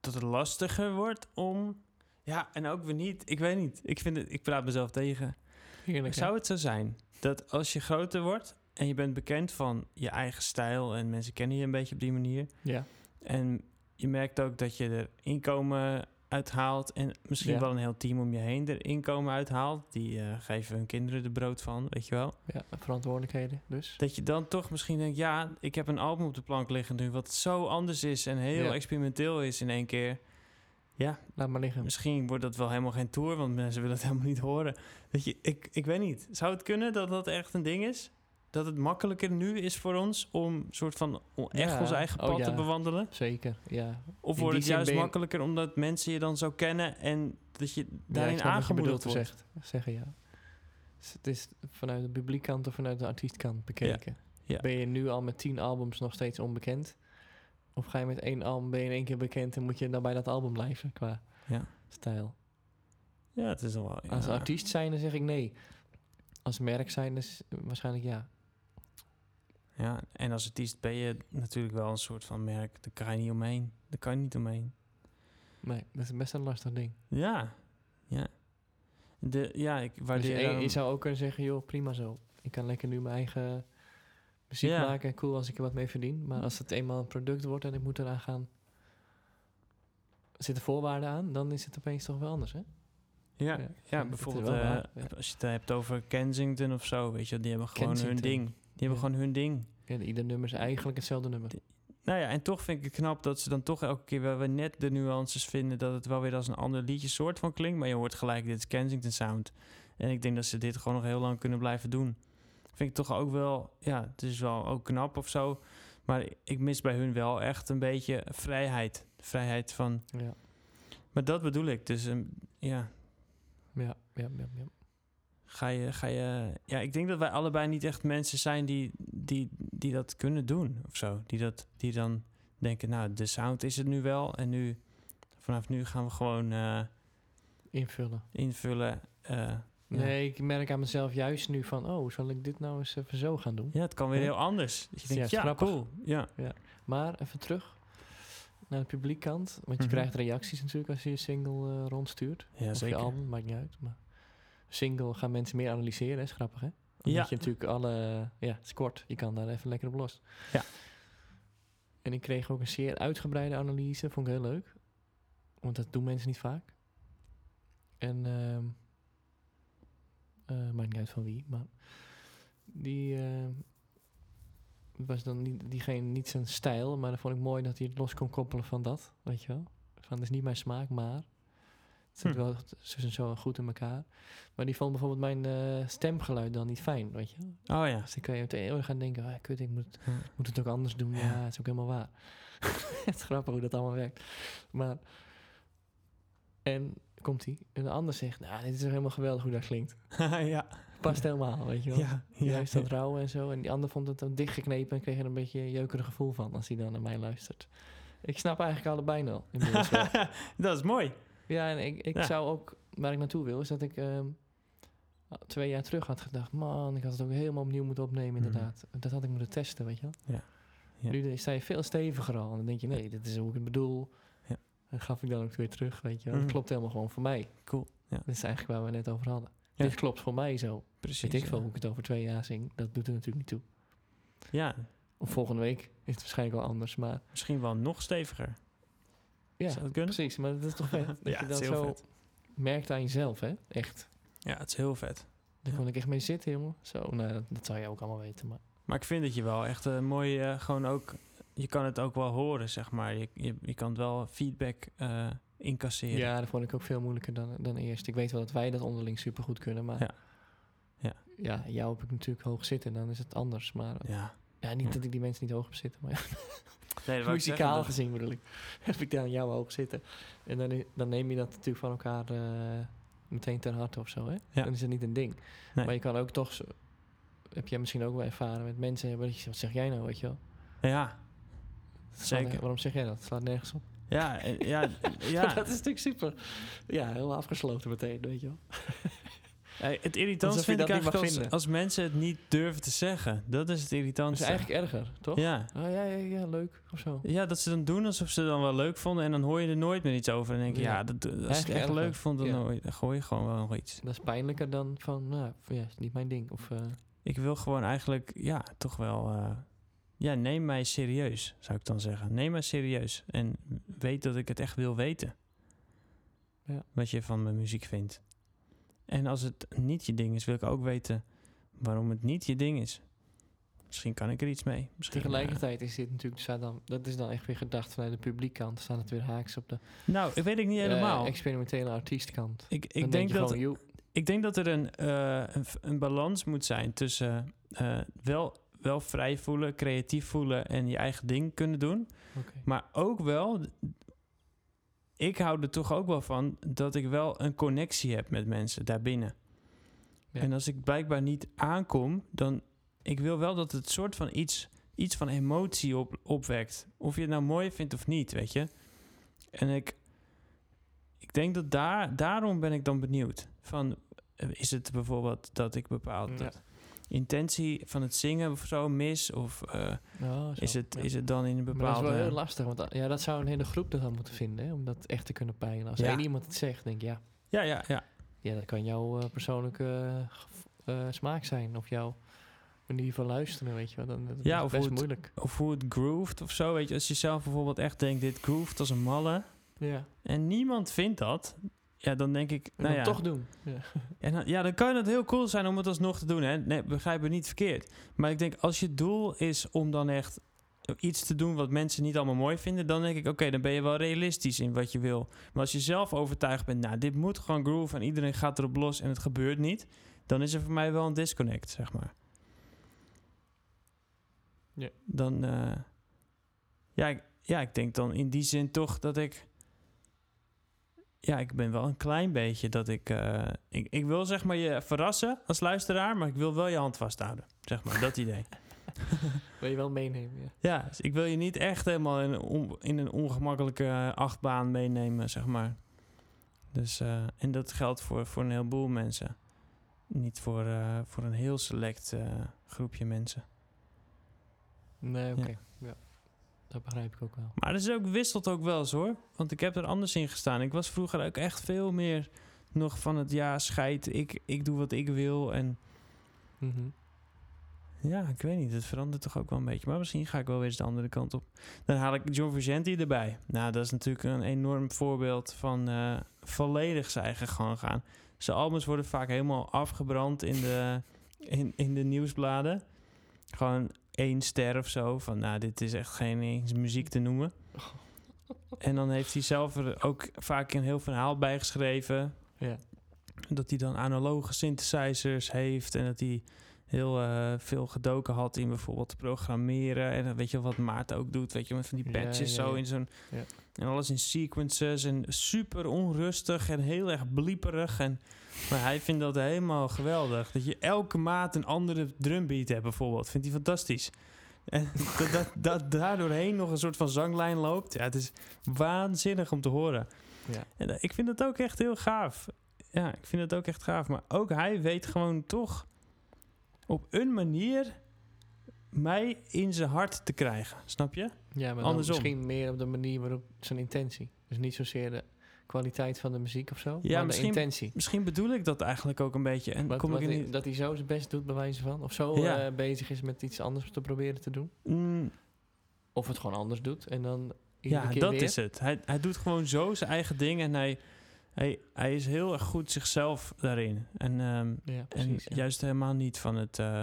Speaker 1: dat het lastiger wordt om. Ja, en ook weer niet. Ik weet niet. Ik, vind het, ik praat mezelf tegen.
Speaker 2: Heerlijk, hè?
Speaker 1: Zou het zo zijn dat als je groter wordt en je bent bekend van je eigen stijl en mensen kennen je een beetje op die manier.
Speaker 2: Ja.
Speaker 1: En je merkt ook dat je er inkomen uithaalt en misschien
Speaker 2: Ja.
Speaker 1: wel een heel team om je heen er inkomen uithaalt. Die eh, geven hun kinderen de brood van, weet je wel.
Speaker 2: ja, verantwoordelijkheden dus.
Speaker 1: Dat je dan toch misschien denkt, ja, ik heb een album op de plank liggen nu, wat zo anders is en heel
Speaker 2: Ja.
Speaker 1: experimenteel is in één keer.
Speaker 2: Laat maar liggen.
Speaker 1: Misschien wordt dat wel helemaal geen tour, want mensen willen het helemaal niet horen. Dat je, ik, ik weet niet. Zou het kunnen dat dat echt een ding is? Dat het makkelijker nu is voor ons om soort van o- echt
Speaker 2: Ja.
Speaker 1: ons eigen
Speaker 2: Oh,
Speaker 1: pad te
Speaker 2: ja.
Speaker 1: bewandelen?
Speaker 2: Zeker, ja.
Speaker 1: Of wordt
Speaker 2: In die
Speaker 1: het
Speaker 2: zin
Speaker 1: juist
Speaker 2: ben je-
Speaker 1: makkelijker omdat mensen je dan zo kennen en dat je daarin
Speaker 2: ja,
Speaker 1: aangemoedigd wordt?
Speaker 2: Zegt, zeggen, ja. Dus het is vanuit de publiekkant of vanuit de artiestkant bekeken.
Speaker 1: Ja.
Speaker 2: Ben je nu al met tien albums nog steeds onbekend? Of ga je met één album, ben je in één keer bekend en moet je dan bij dat album blijven qua
Speaker 1: Ja.
Speaker 2: stijl?
Speaker 1: Ja, het is dan wel.
Speaker 2: Als
Speaker 1: ja.
Speaker 2: artiest zijn, dan zeg ik nee. Als merk zijn, is waarschijnlijk ja.
Speaker 1: Ja, en als artiest ben je natuurlijk wel een soort van merk. Daar kan je niet omheen. Daar kan je niet omheen.
Speaker 2: Nee, dat is best een lastig ding.
Speaker 1: Ja, ja. De, ja, ik
Speaker 2: Dus
Speaker 1: waardeer
Speaker 2: je,
Speaker 1: daarom-
Speaker 2: je zou ook kunnen zeggen, joh, prima zo. Ik kan lekker nu mijn eigen muziek
Speaker 1: Ja.
Speaker 2: maken. Cool als ik er wat mee verdien. Maar als het eenmaal een product wordt en ik moet eraan gaan... Zitten voorwaarden aan, dan is het opeens toch wel anders, hè?
Speaker 1: ja,
Speaker 2: ja,
Speaker 1: ja,
Speaker 2: ik vind het
Speaker 1: bijvoorbeeld
Speaker 2: wel
Speaker 1: eh,
Speaker 2: waar, ja.
Speaker 1: als je het hebt over Kensington of zo, weet je, die hebben gewoon hun
Speaker 2: Kensington.
Speaker 1: ding. Die hebben
Speaker 2: Ja.
Speaker 1: gewoon hun ding.
Speaker 2: En ieder nummer is eigenlijk hetzelfde nummer.
Speaker 1: Nou ja, en toch vind ik het knap dat ze dan toch elke keer wel weer net de nuances vinden dat het wel weer als een ander liedje soort van klinkt, maar je hoort gelijk dit is Kensington sound. En ik denk dat ze dit gewoon nog heel lang kunnen blijven doen. Vind ik toch ook wel, ja, het is wel ook knap of zo, maar ik mis bij hun wel echt een beetje vrijheid. Vrijheid van
Speaker 2: Ja,
Speaker 1: Maar dat bedoel ik. Dus ehm, ja,
Speaker 2: ja, ja, ja. ja.
Speaker 1: ga je, ga je. Ja, ik denk dat wij allebei niet echt mensen zijn die, die, die dat kunnen doen of zo. Die, dat, die dan denken, nou, de sound is het nu wel. En nu, vanaf nu gaan we gewoon eh,
Speaker 2: Invullen.
Speaker 1: invullen. eh,
Speaker 2: Nee, ik merk aan mezelf juist nu van... Oh, zal ik dit nou eens even zo gaan doen?
Speaker 1: ja, het kan weer
Speaker 2: Ja.
Speaker 1: heel anders. Dat je
Speaker 2: Ja,
Speaker 1: denkt,
Speaker 2: is
Speaker 1: ja,
Speaker 2: grappig.
Speaker 1: cool. Ja,
Speaker 2: Maar even terug naar de publiekkant. Want je
Speaker 1: Mhm.
Speaker 2: krijgt reacties natuurlijk als je je single eh, rondstuurt.
Speaker 1: ja
Speaker 2: Of
Speaker 1: zeker.
Speaker 2: je album, maakt niet uit. Maar single gaan mensen meer analyseren, is grappig hè? Omdat
Speaker 1: Ja.
Speaker 2: je natuurlijk alle... Ja, het is kort. Je kan daar even lekker op los.
Speaker 1: Ja.
Speaker 2: En ik kreeg ook een zeer uitgebreide analyse. Vond ik heel leuk. Want dat doen mensen niet vaak. En... ehm eh, maakt niet uit van wie, maar... Die... ehm, was dan niet, diegene niet zijn stijl, maar dan vond ik mooi dat hij het los kon koppelen van dat, weet je wel. Van, het is niet mijn smaak, maar het zit
Speaker 1: Hm.
Speaker 2: wel zo en zo goed in elkaar. Maar die vond bijvoorbeeld mijn eh, stemgeluid dan niet fijn, weet je wel.
Speaker 1: Oh ja.
Speaker 2: Dus dan kan je meteen heel erg gaan denken, ah, kut, ik moet,
Speaker 1: Ja.
Speaker 2: moet het ook anders doen. Ja,
Speaker 1: Ja.
Speaker 2: het is ook helemaal waar. het is grappig hoe dat allemaal werkt. Maar, en komt hij. En de ander zegt, nou, dit is toch helemaal geweldig hoe dat klinkt.
Speaker 1: ja.
Speaker 2: Past helemaal, weet je wel.
Speaker 1: Ja, ja,
Speaker 2: Juist dat rauw en zo. En die ander vond het dan dichtgeknepen en kreeg er een beetje een jeukerig gevoel van als hij dan naar mij luistert. Ik snap eigenlijk allebei wel. inmiddels wel.
Speaker 1: dat is mooi.
Speaker 2: Ja, en ik, ik
Speaker 1: Ja.
Speaker 2: zou ook, waar ik naartoe wil, is dat ik ehm, twee jaar terug had gedacht, man, ik had het ook helemaal opnieuw moeten opnemen,
Speaker 1: Mhm.
Speaker 2: inderdaad. Dat had ik moeten testen, weet je wel.
Speaker 1: Ja. Ja.
Speaker 2: Nu sta je veel steviger al en dan denk je, nee, dit is hoe ik het bedoel.
Speaker 1: Ja.
Speaker 2: Dat gaf ik dan ook weer terug, weet je wel.
Speaker 1: Mhm.
Speaker 2: Dat klopt helemaal gewoon voor mij.
Speaker 1: Cool, ja.
Speaker 2: Dat is eigenlijk waar we het net over hadden.
Speaker 1: Ja.
Speaker 2: Dit klopt voor mij zo.
Speaker 1: Precies.
Speaker 2: Weet ik
Speaker 1: ja.
Speaker 2: veel hoe ik het over twee jaar zing, dat doet er natuurlijk niet toe.
Speaker 1: Ja,
Speaker 2: Of volgende week is het waarschijnlijk wel anders, maar
Speaker 1: misschien wel nog steviger.
Speaker 2: ja,
Speaker 1: Zou dat kunnen?
Speaker 2: precies. Maar dat is toch vet, dat
Speaker 1: Ja,
Speaker 2: je
Speaker 1: het
Speaker 2: dat
Speaker 1: is heel
Speaker 2: zo
Speaker 1: vet.
Speaker 2: merkt aan jezelf, hè? Echt.
Speaker 1: Ja, het is heel vet.
Speaker 2: Daar
Speaker 1: Ja.
Speaker 2: kon ik echt mee zitten, jongen. Zo, nou, dat, dat zou jij ook allemaal weten. Maar
Speaker 1: Maar ik vind dat je wel echt een mooi, eh, gewoon ook, je kan het ook wel horen, zeg maar. Je, je, je kan het wel feedback eh, incasseren.
Speaker 2: ja, dat vond ik ook veel moeilijker dan, dan eerst. Ik weet wel dat wij dat onderling supergoed kunnen, maar...
Speaker 1: Ja. Ja.
Speaker 2: Ja, jou heb ik natuurlijk hoog zitten, dan is het anders. Maar
Speaker 1: Ja.
Speaker 2: ja, niet
Speaker 1: Ja.
Speaker 2: dat ik die mensen niet hoog heb zitten, maar ja.
Speaker 1: Nee, dat wou ik zeggen,
Speaker 2: Muzikaal
Speaker 1: dat-
Speaker 2: gezien bedoel ik. Heb ik daar aan jouw oog zitten. En dan, i- dan neem je dat natuurlijk van elkaar eh, meteen ter harte of zo. Hè?
Speaker 1: Ja.
Speaker 2: Dan is het niet een ding.
Speaker 1: Nee.
Speaker 2: Maar je kan ook toch, zo- heb jij misschien ook wel ervaren met mensen hebben dat je zegt, wat zeg jij nou, weet je wel?
Speaker 1: Ja,
Speaker 2: Dat slaat
Speaker 1: Zeker.
Speaker 2: ne- waarom zeg jij dat? Het slaat nergens op.
Speaker 1: ja, eh, ja, ja.
Speaker 2: dat is natuurlijk super. Ja, heel afgesloten meteen, weet je wel.
Speaker 1: Eh, het
Speaker 2: Alsof
Speaker 1: irritant
Speaker 2: je
Speaker 1: vind
Speaker 2: dat
Speaker 1: ik
Speaker 2: niet mag
Speaker 1: eigenlijk als,
Speaker 2: vinden.
Speaker 1: als mensen het niet durven te zeggen. Dat is het
Speaker 2: Dat
Speaker 1: irritant.
Speaker 2: is Dus eigenlijk erger, toch?
Speaker 1: Dus, eh, Ja.
Speaker 2: Oh, ja, ja, ja, leuk of zo.
Speaker 1: ja, dat ze dan doen alsof ze het dan wel leuk vonden. En dan hoor je er nooit meer iets over. En dan denk je,
Speaker 2: Ja.
Speaker 1: ja, dat, als ik het
Speaker 2: Eigenlijk
Speaker 1: echt
Speaker 2: erger.
Speaker 1: leuk vond, dan
Speaker 2: Ja.
Speaker 1: hoor je- dan gooi je gewoon wel nog iets.
Speaker 2: Dat is pijnlijker dan van, nou ja, is niet mijn ding. Of, eh,
Speaker 1: Ik wil gewoon eigenlijk, ja, toch wel... eh, ja, neem mij serieus, zou ik dan zeggen. Neem mij serieus. En weet dat ik het echt wil weten.
Speaker 2: Ja.
Speaker 1: Wat je van mijn muziek vindt. En als het niet je ding is, wil ik ook weten waarom het niet je ding is. Misschien kan ik er iets mee. Misschien, eh,
Speaker 2: Tegelijkertijd is dit natuurlijk, staat dan, dat is dan echt weer gedacht vanuit de publiekkant. Staat het weer haaks op de
Speaker 1: nou, ik weet ik niet
Speaker 2: eh,
Speaker 1: helemaal.
Speaker 2: experimentele artiestkant.
Speaker 1: ik, ik,
Speaker 2: Dan
Speaker 1: denk
Speaker 2: je
Speaker 1: dat,
Speaker 2: gewoon, joh,
Speaker 1: ik denk dat er een, eh, een, v- een balans moet zijn tussen eh, wel, wel vrij voelen, creatief voelen en je eigen ding kunnen doen.
Speaker 2: Oké.
Speaker 1: Maar ook wel, ik hou er toch ook wel van dat ik wel een connectie heb met mensen daarbinnen.
Speaker 2: Ja.
Speaker 1: En als ik blijkbaar niet aankom, dan ik wil wel dat het soort van iets, iets van emotie op, opwekt. Of je het nou mooi vindt of niet, weet je. En ik, ik denk dat daar, daarom ben ik dan benieuwd. Van, eh, is het bijvoorbeeld dat ik bepaald
Speaker 2: Ja.
Speaker 1: intentie van het zingen of zo mis? Of eh,
Speaker 2: Oh, zo,
Speaker 1: is, het,
Speaker 2: ja.
Speaker 1: is het dan in een
Speaker 2: Maar dat
Speaker 1: bepaalde...
Speaker 2: is wel heel lastig, want eh, ja, dat zou een hele groep dat dan moeten vinden, hè, om dat echt te kunnen peilen. Als
Speaker 1: Ja.
Speaker 2: één iemand het zegt, denk ik, ja,
Speaker 1: Ja, ja, ja.
Speaker 2: ja dat kan jouw eh, persoonlijke eh, gev- eh, smaak zijn, of jouw manier van luisteren, weet je wel. Dan, dat
Speaker 1: Ja,
Speaker 2: is
Speaker 1: of
Speaker 2: best
Speaker 1: hoe het-
Speaker 2: moeilijk.
Speaker 1: of hoe het grooved of zo. Weet je, als je zelf bijvoorbeeld echt denkt, dit grooved als een malle.
Speaker 2: Ja,
Speaker 1: En niemand vindt dat. Ja, dan denk ik,
Speaker 2: en
Speaker 1: nou
Speaker 2: dan
Speaker 1: ja.
Speaker 2: toch doen. Ja.
Speaker 1: En dan, ja, dan kan het heel cool zijn om het alsnog te doen. Hè? Nee, begrijp me niet verkeerd. Maar ik denk, als je doel is om dan echt iets te doen wat mensen niet allemaal mooi vinden, dan denk ik, oké, dan ben je wel realistisch in wat je wil. Maar als je zelf overtuigd bent, nou, dit moet gewoon groove en iedereen gaat erop los en het gebeurt niet, dan is er voor mij wel een disconnect, zeg maar.
Speaker 2: Ja.
Speaker 1: Dan, eh, ja, ik, ja, ik denk dan in die zin toch dat ik ja, ik ben wel een klein beetje dat ik, eh, ik... Ik wil zeg maar je verrassen als luisteraar, maar ik wil wel je hand vasthouden. Zeg maar, dat idee.
Speaker 2: Wil je wel meenemen, ja.
Speaker 1: Ja, dus ik wil je niet echt helemaal in een, on- in een ongemakkelijke eh, achtbaan meenemen, zeg maar. Dus, eh, en dat geldt voor, voor een heleboel mensen. Niet voor, eh, voor een heel select eh, groepje mensen.
Speaker 2: Nee, oké.
Speaker 1: Ja.
Speaker 2: Ja. Dat begrijp ik ook wel.
Speaker 1: Maar het is ook, wisselt ook wel eens hoor. Want ik heb er anders in gestaan. Ik was vroeger ook echt veel meer nog van het ja, scheid. Ik, ik doe wat ik wil en...
Speaker 2: Mhm.
Speaker 1: Ja, ik weet niet. Het verandert toch ook wel een beetje. Maar misschien ga ik wel weer eens de andere kant op. Dan haal ik John Vicente erbij. Nou, dat is natuurlijk een enorm voorbeeld van eh, volledig zijn eigen gang gaan. Zijn albums worden vaak helemaal afgebrand in de, in, in de nieuwsbladen. Gewoon één ster of zo. Van, nou, dit is echt geen eens muziek te noemen. En dan heeft hij zelf er ook vaak een heel verhaal bij geschreven.
Speaker 2: Ja.
Speaker 1: Dat hij dan analoge synthesizers heeft en dat hij heel eh, veel gedoken had in bijvoorbeeld programmeren. En dan weet je wat Maarten ook doet, weet je, met van die
Speaker 2: Ja,
Speaker 1: patches
Speaker 2: ja,
Speaker 1: zo
Speaker 2: ja.
Speaker 1: in zo'n...
Speaker 2: Ja.
Speaker 1: En alles in sequences en super onrustig en heel erg blieperig. En, maar hij vindt dat helemaal geweldig. Dat je elke maat een andere drumbeat hebt bijvoorbeeld. Vindt hij fantastisch. En dat, dat, dat daar doorheen nog een soort van zanglijn loopt. Ja, het is waanzinnig om te horen.
Speaker 2: Ja.
Speaker 1: En eh, ik vind dat ook echt heel gaaf. Ja, ik vind het ook echt gaaf. Maar ook hij weet gewoon toch op een manier mij in zijn hart te krijgen. Snap je?
Speaker 2: Ja, maar dan
Speaker 1: Andersom.
Speaker 2: misschien meer op de manier waarop zijn intentie. Dus niet zozeer de kwaliteit van de muziek of zo, maar
Speaker 1: misschien-
Speaker 2: de intentie.
Speaker 1: Misschien bedoel ik dat eigenlijk ook een beetje. En
Speaker 2: Wat-
Speaker 1: kom
Speaker 2: wat
Speaker 1: ik er
Speaker 2: hij-
Speaker 1: niet...
Speaker 2: Dat hij zo zijn best doet, bij wijze van. Of zo
Speaker 1: Ja.
Speaker 2: eh, bezig is met iets anders te proberen te doen.
Speaker 1: Mm,
Speaker 2: Of het gewoon anders doet en dan iedere
Speaker 1: ja,
Speaker 2: keer
Speaker 1: dat
Speaker 2: weer.
Speaker 1: is het. Hij, hij doet gewoon zo zijn eigen ding en hij, hij, hij is heel erg goed zichzelf daarin. En ehm,
Speaker 2: Ja,
Speaker 1: En
Speaker 2: precies. ja.
Speaker 1: juist helemaal niet van het. eh,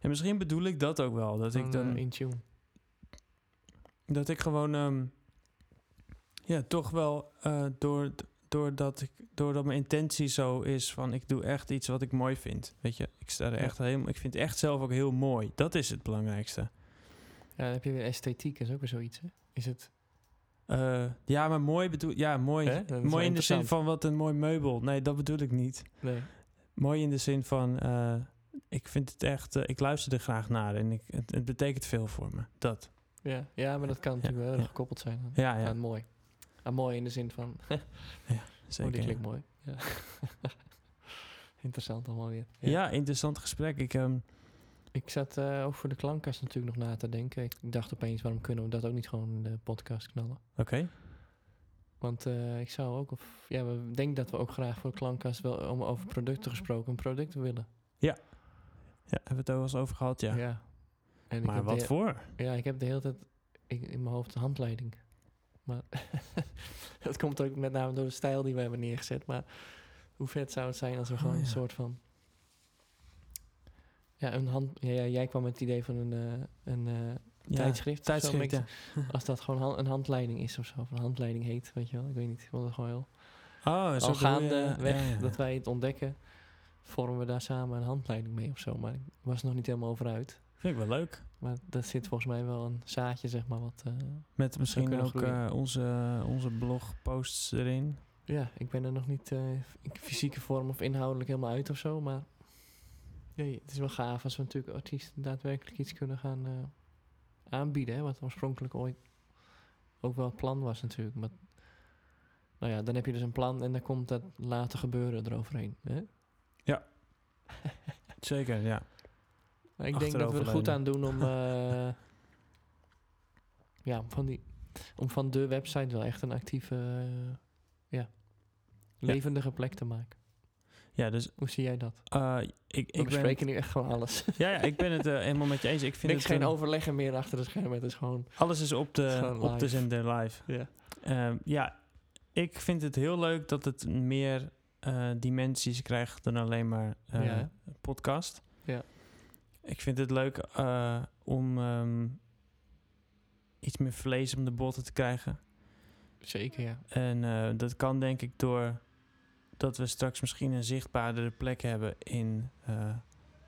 Speaker 1: En misschien bedoel ik dat ook wel. Dat, ik,
Speaker 2: Gewoon,
Speaker 1: dan,
Speaker 2: eh, in tune.
Speaker 1: dat ik gewoon. ehm, ja, toch wel. eh, door, doordat, ik, doordat mijn intentie zo is van. Ik doe echt iets wat ik mooi vind. Weet je, ik, sta er
Speaker 2: Ja.
Speaker 1: echt helemaal, ik vind het echt zelf ook heel mooi. Dat is het belangrijkste.
Speaker 2: Ja, dan heb je weer esthetiek, is ook weer zoiets. Hè? Is het?
Speaker 1: Eh, ja, maar mooi bedoel ja, mooi.
Speaker 2: Hè? Dat is wel
Speaker 1: mooi in de zin
Speaker 2: interessant.
Speaker 1: van wat een mooi meubel. Nee, dat bedoel ik niet.
Speaker 2: Nee.
Speaker 1: Mooi in de zin van, eh, ik vind het echt, eh, ik luister er graag naar en ik, het, het betekent veel voor me. Dat.
Speaker 2: Ja. ja, maar dat kan
Speaker 1: Ja,
Speaker 2: natuurlijk wel heel
Speaker 1: ja.
Speaker 2: erg gekoppeld zijn aan,
Speaker 1: Ja, ja,
Speaker 2: aan mooi. Aan mooi in de zin van, oh,
Speaker 1: zeker.
Speaker 2: die
Speaker 1: ja.
Speaker 2: klinkt mooi. Ja. Interessant allemaal weer.
Speaker 1: ja. interessant gesprek. Ik, ehm,
Speaker 2: Ik zat eh, ook voor de klankkast natuurlijk nog na te denken. Ik dacht opeens, waarom kunnen we dat ook niet gewoon in de podcast knallen?
Speaker 1: Oké.
Speaker 2: Want eh, ik zou ook, of ja, we denken dat we ook graag voor de klankkast wel om over producten gesproken, producten willen.
Speaker 1: Ja, hebben we het er wel eens over gehad, ja.
Speaker 2: En ik
Speaker 1: maar
Speaker 2: heb de
Speaker 1: wat
Speaker 2: he-
Speaker 1: voor?
Speaker 2: Ja, ik heb de hele tijd ik, in mijn hoofd de handleiding. Maar dat komt ook met name door de stijl die we hebben neergezet. Maar hoe vet zou het zijn als we gewoon
Speaker 1: Oh, ja.
Speaker 2: een soort van. Ja, een hand, ja, ja, jij kwam met het idee van een, eh, een eh,
Speaker 1: Ja,
Speaker 2: tijdschrift. of zo,
Speaker 1: tijdschrift,
Speaker 2: maar
Speaker 1: ja.
Speaker 2: ik- Als dat gewoon han- een handleiding is of zo. Of een handleiding heet, weet je wel. Ik weet niet. Ik vond het gewoon heel.
Speaker 1: Oh, zo
Speaker 2: Al
Speaker 1: bedoel je-
Speaker 2: gaande weg
Speaker 1: ja, ja.
Speaker 2: dat wij het ontdekken, vormen we daar samen een handleiding mee of zo. Maar ik was er nog niet helemaal over uit.
Speaker 1: Vind ik wel leuk.
Speaker 2: Maar daar zit volgens mij wel een zaadje, zeg maar, wat... eh,
Speaker 1: Met misschien
Speaker 2: kunnen
Speaker 1: ook
Speaker 2: groeien.
Speaker 1: eh, onze, onze blogposts erin.
Speaker 2: ja, ik ben er nog niet eh, in fysieke vorm of inhoudelijk helemaal uit of zo, maar... Nee, het is wel gaaf als we natuurlijk artiesten daadwerkelijk iets kunnen gaan eh, aanbieden, hè, wat oorspronkelijk ooit ook wel het plan was natuurlijk. Maar, nou ja, dan heb je dus een plan en dan komt dat later gebeuren eroverheen. Hè?
Speaker 1: Zeker, ja.
Speaker 2: Maar ik denk dat we er goed aan doen om, eh, ja, om van die, om van de website wel echt een actieve, eh, ja, levendige plek te maken.
Speaker 1: Ja, dus
Speaker 2: Hoe zie jij dat?
Speaker 1: eh, ik,
Speaker 2: We
Speaker 1: ik, ben het,
Speaker 2: bespreken nu echt gewoon alles.
Speaker 1: ja, ja, ik ben het eh, helemaal met je eens. Ik vind
Speaker 2: Niks
Speaker 1: het,
Speaker 2: geen
Speaker 1: een-
Speaker 2: overleggen meer achter de schermen. Het is gewoon,
Speaker 1: alles is op
Speaker 2: Het is
Speaker 1: de,
Speaker 2: gewoon
Speaker 1: op de
Speaker 2: live.
Speaker 1: zender live.
Speaker 2: ja.
Speaker 1: Ehm, ja, ik vind het heel leuk dat het meer eh, dimensies krijgt dan alleen maar eh,
Speaker 2: Ja, hè?
Speaker 1: podcast.
Speaker 2: Ja.
Speaker 1: Ik vind het leuk eh, om ehm, iets meer vlees om de botten te krijgen.
Speaker 2: zeker ja.
Speaker 1: En eh, dat kan denk ik door dat we straks misschien een zichtbaardere plek hebben in eh,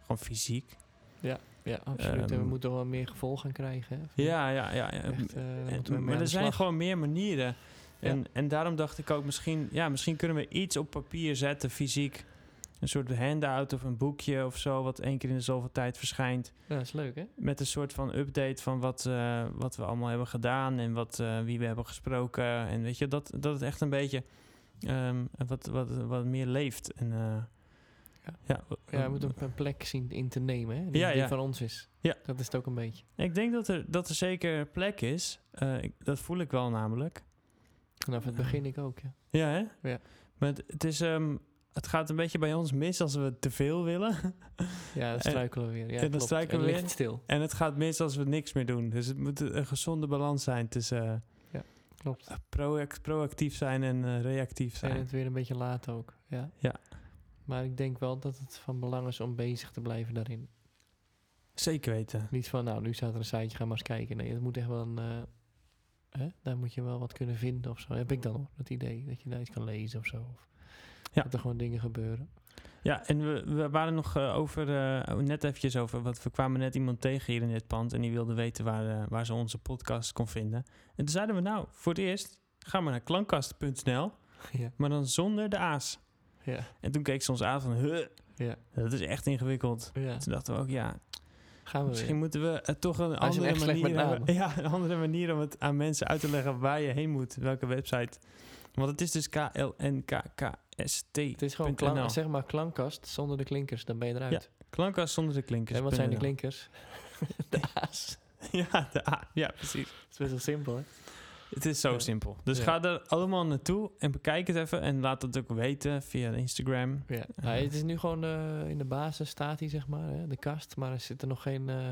Speaker 1: gewoon fysiek.
Speaker 2: Ja, absoluut. en we
Speaker 1: Ehm,
Speaker 2: moeten wel meer gevolg gaan krijgen. Hè? Van
Speaker 1: Ja, ja, ja. ja.
Speaker 2: echt, eh, daar
Speaker 1: En-
Speaker 2: moeten we mee
Speaker 1: maar
Speaker 2: aan
Speaker 1: er
Speaker 2: de
Speaker 1: zijn
Speaker 2: slag.
Speaker 1: gewoon meer manieren.
Speaker 2: Ja.
Speaker 1: En, en daarom dacht ik ook, misschien, ja, misschien kunnen we iets op papier zetten, fysiek. Een soort handout of een boekje of zo, wat één keer in de zoveel tijd verschijnt.
Speaker 2: Ja, dat is leuk hè?
Speaker 1: Met een soort van update van wat, eh, wat we allemaal hebben gedaan en wat, eh, wie we hebben gesproken. En weet je, dat, dat het echt een beetje ehm, wat, wat, wat meer leeft. En, eh,
Speaker 2: Ja.
Speaker 1: ja,
Speaker 2: Ja, we moeten ook een plek zien in te nemen hè? Die,
Speaker 1: Ehm, Ja,
Speaker 2: die
Speaker 1: ja.
Speaker 2: van ons is.
Speaker 1: Ja.
Speaker 2: Dat is het ook een beetje.
Speaker 1: Ik denk dat er, dat er zeker plek is. Eh, ik- dat voel ik wel namelijk.
Speaker 2: Vanaf
Speaker 1: Ehm.
Speaker 2: het begin ik ook ja.
Speaker 1: Ja, hè?
Speaker 2: Ja.
Speaker 1: Maar het, het is, ehm, het gaat een beetje bij ons mis als we te veel willen.
Speaker 2: Ja, dan
Speaker 1: En-
Speaker 2: struikelen we weer. Ja,
Speaker 1: Eh, en dan
Speaker 2: klopt.
Speaker 1: struikelen
Speaker 2: En
Speaker 1: we
Speaker 2: ligt
Speaker 1: weer.
Speaker 2: stil.
Speaker 1: en het gaat mis als we niks meer doen. Dus het moet een gezonde balans zijn tussen
Speaker 2: Klopt.
Speaker 1: eh, proact- proactief zijn en eh, reactief
Speaker 2: En
Speaker 1: zijn.
Speaker 2: het weer een beetje laat ook. Ja.
Speaker 1: Ja.
Speaker 2: Maar ik denk wel dat het van belang is om bezig te blijven daarin.
Speaker 1: Zeker weten.
Speaker 2: Niet van, nou, nu staat er een siteje, ga maar eens kijken. Nee, het moet echt wel een... eh, hè? Daar moet je wel wat kunnen vinden of zo. Heb ik dan hoor, dat idee. Dat je daar iets kan lezen of zo. Of
Speaker 1: Ja.
Speaker 2: Dat er gewoon dingen gebeuren.
Speaker 1: Ja, en we, we waren nog eh, over, eh, net eventjes over, want we kwamen net iemand tegen hier in dit pand en die wilde weten waar, eh, waar ze onze podcast kon vinden. En toen zeiden we nou, voor het eerst, ga maar naar klankkast.nl,
Speaker 2: ja.
Speaker 1: maar dan zonder de A's.
Speaker 2: Ja.
Speaker 1: En toen keek ze ons aan van, huh,
Speaker 2: Ja.
Speaker 1: dat is echt ingewikkeld.
Speaker 2: Ja.
Speaker 1: Toen dachten we ook,
Speaker 2: Oh,
Speaker 1: ja,
Speaker 2: Gaan we
Speaker 1: Misschien moeten we eh, toch een
Speaker 2: Hij is
Speaker 1: andere,
Speaker 2: echt slecht
Speaker 1: manier
Speaker 2: met
Speaker 1: hebben,
Speaker 2: namen.
Speaker 1: ja, een andere manier om het aan mensen uit te leggen waar je heen moet, welke website. Want het is dus KLNKKST.
Speaker 2: weer. Het is gewoon
Speaker 1: .nl.
Speaker 2: klank, zeg maar klankkast zonder de klinkers. Dan ben je eruit.
Speaker 1: Klankkast zonder de klinkers.
Speaker 2: en wat zijn de
Speaker 1: .nl.
Speaker 2: klinkers? de aas.
Speaker 1: Ja, de A. ja, precies.
Speaker 2: Het is best wel simpel, hè?
Speaker 1: Het is zo
Speaker 2: Ja.
Speaker 1: simpel. Dus
Speaker 2: Ja.
Speaker 1: ga er allemaal naartoe en bekijk het even. En laat het ook weten via Instagram.
Speaker 2: Ja, nou, het is nu gewoon eh, in de basis staat hij, zeg maar, hè, de kast. Maar er zitten nog geen eh,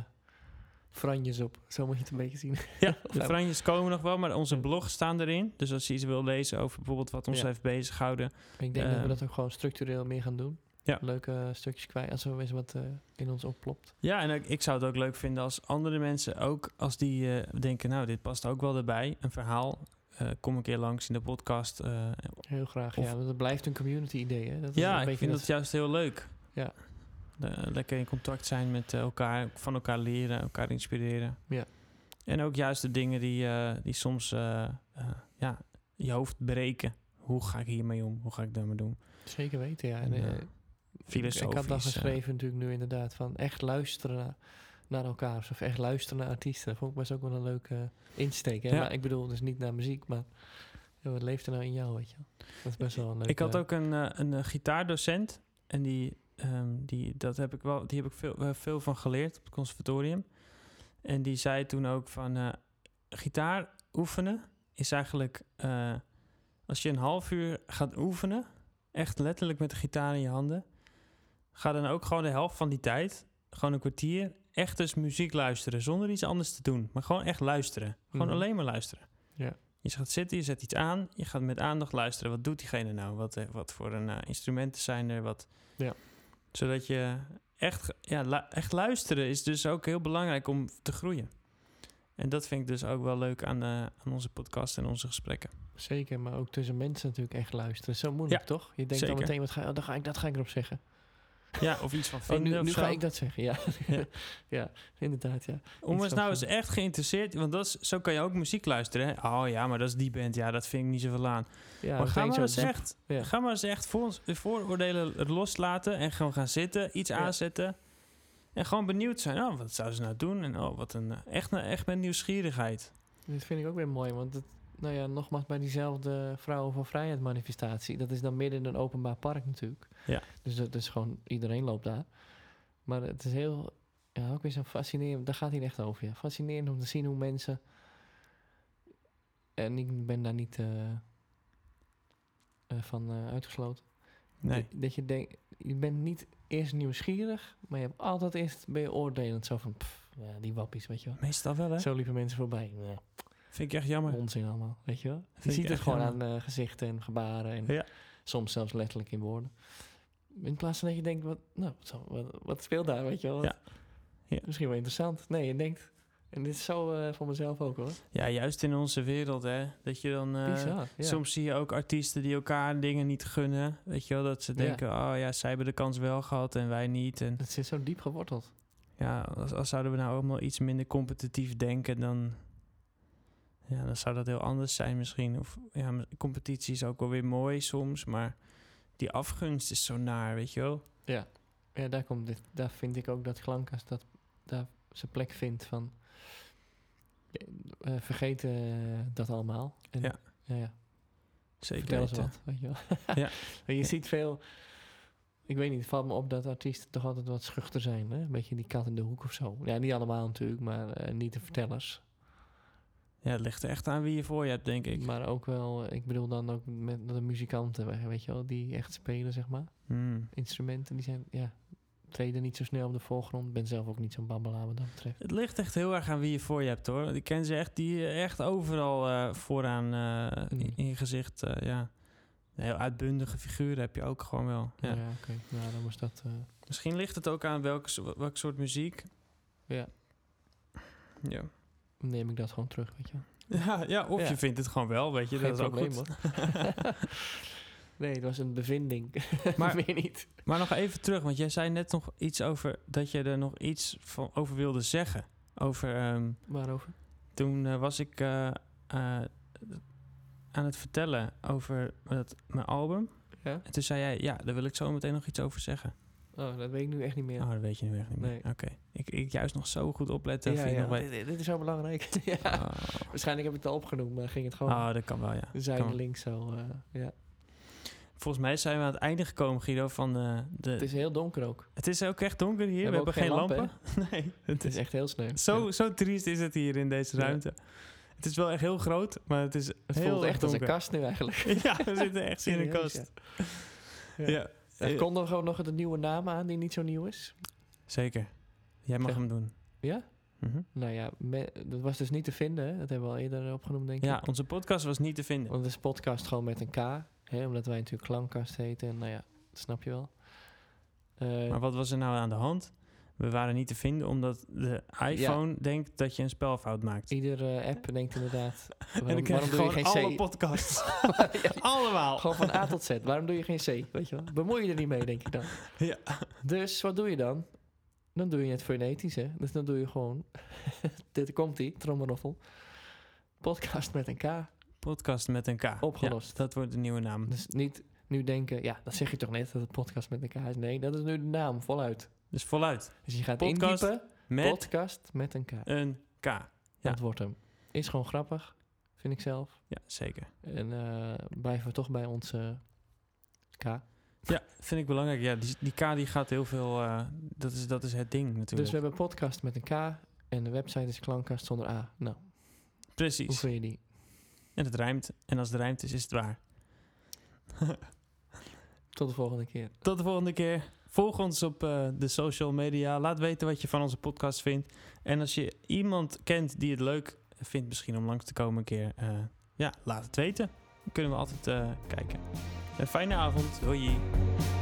Speaker 2: franjes op. Zo moet je het een beetje zien.
Speaker 1: Ja, de franjes komen nog wel, maar onze blogs staan erin. Dus als je iets wil lezen over bijvoorbeeld wat ons
Speaker 2: Ja.
Speaker 1: heeft bezighouden.
Speaker 2: Ik denk dat we
Speaker 1: Ehm.
Speaker 2: dat ook gewoon structureel meer gaan doen.
Speaker 1: Ja.
Speaker 2: Leuke eh, stukjes kwijt, als er eens wat eh, in ons opplopt.
Speaker 1: Ja, en ik, ik zou het ook leuk vinden als andere mensen ook, als die eh, denken, nou, dit past ook wel erbij, een verhaal. eh, kom een keer langs in de podcast. eh,
Speaker 2: Heel graag,
Speaker 1: Of-
Speaker 2: ja. Want het blijft een community idee, hè. Dat is
Speaker 1: ja,
Speaker 2: een
Speaker 1: ik
Speaker 2: beetje
Speaker 1: vind dat juist heel leuk.
Speaker 2: Ja.
Speaker 1: Le- lekker in contact zijn met eh, elkaar, van elkaar leren, elkaar inspireren.
Speaker 2: Ja.
Speaker 1: En ook juist de dingen die, eh, die soms eh, eh, ja, je hoofd breken. Hoe ga ik hiermee om? Hoe ga ik daarmee doen?
Speaker 2: Zeker weten, ja. En,
Speaker 1: Ja.
Speaker 2: eh,
Speaker 1: Filosofisch.
Speaker 2: Ik had dan
Speaker 1: eh,
Speaker 2: geschreven natuurlijk nu inderdaad van echt luisteren naar, naar elkaar. Of echt luisteren naar artiesten. Dat vond ik best ook wel een leuke insteek. Hè?
Speaker 1: Ja.
Speaker 2: Maar ik bedoel dus niet naar muziek, maar ja, wat leeft er nou in jou, weet je wel? Dat is best wel een leuke...
Speaker 1: Ik had ook een, eh, een eh, gitaardocent. En die, ehm, die, dat heb ik wel, die heb ik veel, eh, veel van geleerd op het conservatorium. En die zei toen ook van... eh, gitaar oefenen is eigenlijk... eh, als je een half uur gaat oefenen... echt letterlijk met de gitaar in je handen... ga dan ook gewoon de helft van die tijd... gewoon een kwartier... echt eens muziek luisteren... zonder iets anders te doen. Maar gewoon echt luisteren. Gewoon
Speaker 2: Mhm.
Speaker 1: alleen maar luisteren.
Speaker 2: Ja.
Speaker 1: Je gaat zitten, je zet iets aan... je gaat met aandacht luisteren. Wat doet diegene nou? Wat, eh, wat voor een, eh, instrumenten zijn er? Wat...
Speaker 2: Ja.
Speaker 1: Zodat je... Echt, ge- ja, lu- echt luisteren is dus ook heel belangrijk om te groeien. En dat vind ik dus ook wel leuk aan, eh, aan onze podcast en onze gesprekken.
Speaker 2: Zeker, maar ook tussen mensen natuurlijk echt luisteren. Zo moeilijk, toch? Je denkt
Speaker 1: zeker.
Speaker 2: dan meteen, wat ga, oh, dan ga ik, dat ga ik erop zeggen.
Speaker 1: Ja, of iets van
Speaker 2: Oh,
Speaker 1: vinden
Speaker 2: nu nu
Speaker 1: of zo.
Speaker 2: ga ik dat zeggen, ja.
Speaker 1: Ja.
Speaker 2: ja. inderdaad, ja.
Speaker 1: Om
Speaker 2: iets
Speaker 1: eens
Speaker 2: van
Speaker 1: nou eens
Speaker 2: vinden.
Speaker 1: echt geïnteresseerd... Want dat is, zo kan je ook muziek luisteren. Hè? Oh ja, maar dat is die band. Ja, dat vind ik niet zoveel aan.
Speaker 2: ja
Speaker 1: maar ga
Speaker 2: meteen
Speaker 1: maar,
Speaker 2: zo,
Speaker 1: eens
Speaker 2: zoep.
Speaker 1: echt,
Speaker 2: Ja.
Speaker 1: ga maar eens echt voor ons, de vooroordelen loslaten... en gewoon gaan zitten, iets
Speaker 2: Ja.
Speaker 1: aanzetten... En gewoon benieuwd zijn. Oh, wat zouden ze nou doen? En oh, wat een... eh, Echt, echt met nieuwsgierigheid.
Speaker 2: Dit vind ik ook weer mooi, want het, nou ja, nogmaals bij diezelfde Vrouwen voor Vrijheid manifestatie. Dat is dan midden in een openbaar park natuurlijk.
Speaker 1: Ja.
Speaker 2: Dus dat is gewoon, iedereen loopt daar. Maar het is heel, ja, ook weer zo fascinerend, daar gaat hij echt over. Ja. Fascinerend om te zien hoe mensen, en ik ben daar niet eh, eh, van eh, uitgesloten.
Speaker 1: Nee.
Speaker 2: Dat, dat je denkt, je bent niet eerst nieuwsgierig, maar je hebt altijd eerst, ben je oordelend. Zo van, pff, ja, die wappies, weet je wel.
Speaker 1: Meestal wel, hè?
Speaker 2: Zo liepen mensen voorbij. Nee.
Speaker 1: Vind ik echt jammer.
Speaker 2: Onzin allemaal, weet je wel. Je
Speaker 1: Vind ik
Speaker 2: ziet het
Speaker 1: echt
Speaker 2: gewoon aan
Speaker 1: jammer.
Speaker 2: eh, gezichten en gebaren en
Speaker 1: Ja.
Speaker 2: soms zelfs letterlijk in woorden. In plaats van dat je denkt, wat, nou, wat, zal- wat, wat speelt daar, weet je wel. Wat-
Speaker 1: Ja.
Speaker 2: Misschien wel interessant. Nee, je denkt, en dit is zo eh, voor mezelf ook hoor.
Speaker 1: Ja, juist in onze wereld, hè. Dat je dan... eh,
Speaker 2: Bizar, ja.
Speaker 1: Soms zie je ook artiesten die elkaar dingen niet gunnen. Weet je wel, dat ze
Speaker 2: Ja.
Speaker 1: denken... oh ja, zij hebben de kans wel gehad en wij niet. En
Speaker 2: Het zit zo diep geworteld.
Speaker 1: ja, als, als zouden we nou allemaal iets minder competitief denken... dan, ja, dan zou dat heel anders zijn misschien. Of, ja, m- competitie is ook wel weer mooi soms, maar... die afgunst is zo naar, weet je wel.
Speaker 2: Ja, daar, komt dit, daar vind ik ook dat Klankas dat, daar zijn plek vindt van... eh, vergeet eh, dat allemaal. En,
Speaker 1: Ja.
Speaker 2: ja, ja.
Speaker 1: Zeker
Speaker 2: Vertel eens
Speaker 1: weten.
Speaker 2: wat, weet je wel.
Speaker 1: Ja.
Speaker 2: Maar je ziet veel... Ik weet niet, het valt me op dat artiesten toch altijd wat schuchter zijn. Hè? Een beetje die kat in de hoek of zo. Ja, niet allemaal natuurlijk, maar eh, niet de vertellers.
Speaker 1: Ja, het ligt er echt aan wie je voor je hebt, denk ik.
Speaker 2: Maar ook wel, eh, ik bedoel dan ook met de muzikanten, weet je wel. Die echt spelen, zeg maar.
Speaker 1: Hmm.
Speaker 2: Instrumenten, die zijn, ja... Treden niet zo snel op de voorgrond. Ben zelf ook niet zo'n babbelaar wat dat betreft.
Speaker 1: Het ligt echt heel erg aan wie je voor je hebt hoor. Ik ken ze echt, die echt overal eh, vooraan eh,
Speaker 2: Mm.
Speaker 1: in, in je gezicht. eh, ja. Heel uitbundige figuren heb je ook gewoon wel. Ja.
Speaker 2: Ja, oké. Nou, dan was dat... eh,
Speaker 1: Misschien ligt het ook aan welke, so- welk soort muziek.
Speaker 2: Ja.
Speaker 1: Ja,
Speaker 2: neem ik dat gewoon terug, weet je wel.
Speaker 1: ja, ja of
Speaker 2: Ja.
Speaker 1: je vindt het gewoon wel, weet je.
Speaker 2: Geen
Speaker 1: dat is ook
Speaker 2: probleem,
Speaker 1: goed.
Speaker 2: hoor. nee, het was een bevinding.
Speaker 1: Maar-
Speaker 2: Maar meer niet.
Speaker 1: Maar nog even terug, want jij zei net nog iets over... dat je er nog iets van, over wilde zeggen. Over... ehm,
Speaker 2: Waarover?
Speaker 1: toen eh, was ik eh, eh, aan het vertellen over dat, mijn album.
Speaker 2: Ja?
Speaker 1: En toen zei jij, ja, daar wil ik zo meteen nog iets over zeggen.
Speaker 2: Oh, dat weet ik nu echt niet meer.
Speaker 1: Oh, dat weet je nu echt niet meer.
Speaker 2: Nee.
Speaker 1: Oké. Ik, ik juist nog zo goed opletten. of
Speaker 2: ja,
Speaker 1: je
Speaker 2: ja.
Speaker 1: nog weet-
Speaker 2: Dit, dit is zo belangrijk. ja.
Speaker 1: Oh.
Speaker 2: Waarschijnlijk heb ik het al opgenoemd, maar ging het gewoon
Speaker 1: Oh, dat kan wel, ja.
Speaker 2: zijdelings zo. eh, ja.
Speaker 1: Volgens mij zijn we aan het einde gekomen, Guido, van de... de
Speaker 2: Het
Speaker 1: het, is,
Speaker 2: is heel donker ook.
Speaker 1: ook echt donker hier. We
Speaker 2: hebben
Speaker 1: hebben
Speaker 2: ook
Speaker 1: geen
Speaker 2: geen
Speaker 1: lampen.
Speaker 2: lampen,
Speaker 1: nee.
Speaker 2: Het is echt heel sneu.
Speaker 1: zo,
Speaker 2: Ja.
Speaker 1: zo triest is het hier in deze
Speaker 2: Ja.
Speaker 1: ruimte. Het is wel echt heel groot, maar het is
Speaker 2: Het
Speaker 1: heel
Speaker 2: voelt
Speaker 1: erg
Speaker 2: echt als een
Speaker 1: donker.
Speaker 2: kast nu eigenlijk.
Speaker 1: Ja, we zitten echt in een
Speaker 2: Serieus,
Speaker 1: kast.
Speaker 2: Ja.
Speaker 1: ja.
Speaker 2: Ja.
Speaker 1: Eh,
Speaker 2: Konden we gewoon nog een nieuwe naam aan die niet zo nieuw is?
Speaker 1: Zeker. Jij mag
Speaker 2: Zeg-
Speaker 1: hem doen.
Speaker 2: Ja?
Speaker 1: Mhm.
Speaker 2: Nou ja, me- dat was dus niet te vinden. hè? Dat hebben we al eerder opgenoemd, denk ik. Oh,
Speaker 1: Ja, onze podcast was niet te vinden.
Speaker 2: Want het is podcast gewoon met een K. Hè? Omdat wij natuurlijk Klankkast heten. En nou ja, dat snap je wel. Eh,
Speaker 1: Maar wat was er nou aan de hand? We waren niet te vinden omdat de iPhone denkt dat je een spelfout maakt.
Speaker 2: Iedere eh, app denkt inderdaad... Waarom,
Speaker 1: en dan krijg
Speaker 2: waarom
Speaker 1: je
Speaker 2: doe je
Speaker 1: gewoon
Speaker 2: geen
Speaker 1: alle
Speaker 2: C?
Speaker 1: podcasts.
Speaker 2: Ja,
Speaker 1: Allemaal.
Speaker 2: Gewoon van A tot Z. Waarom doe je geen C? Weet je wel? Bemoei je er niet mee, denk ik dan.
Speaker 1: Ja.
Speaker 2: Dus wat doe je dan? Dan doe je het fonetisch, hè. Dus dan doe je gewoon... Dit komt-ie, trommeroffel. Podcast met een K.
Speaker 1: Podcast met een K.
Speaker 2: Opgelost.
Speaker 1: Ja, dat wordt de nieuwe naam.
Speaker 2: Dus niet nu denken... Ja, dat zeg je toch net dat het podcast met een K is? Nee, dat is nu de naam, voluit.
Speaker 1: Dus voluit.
Speaker 2: Dus je gaat
Speaker 1: Podcast
Speaker 2: indiepen.
Speaker 1: Met
Speaker 2: Podcast met een K.
Speaker 1: een K. ja.
Speaker 2: Dat wordt hem. Is gewoon grappig, vind ik zelf.
Speaker 1: Ja, zeker.
Speaker 2: En eh, blijven we toch bij onze K.
Speaker 1: Ja, vind ik belangrijk. Ja, die, die K die gaat heel veel... eh, dat, is, dat is het ding
Speaker 2: Dus
Speaker 1: natuurlijk.
Speaker 2: we hebben podcast met een K. En de website is klankkast zonder A. Nou, hoe
Speaker 1: Precies.
Speaker 2: vind je die?
Speaker 1: En het rijmt. En als het rijmt is, is het waar.
Speaker 2: Tot de volgende keer.
Speaker 1: Tot de volgende keer. Volg ons op eh, de social media. Laat weten wat je van onze podcast vindt. En als je iemand kent die het leuk vindt, misschien om langs te komen een keer, eh, ja, laat het weten. Dan kunnen we altijd eh, kijken. Een fijne avond. Hoi.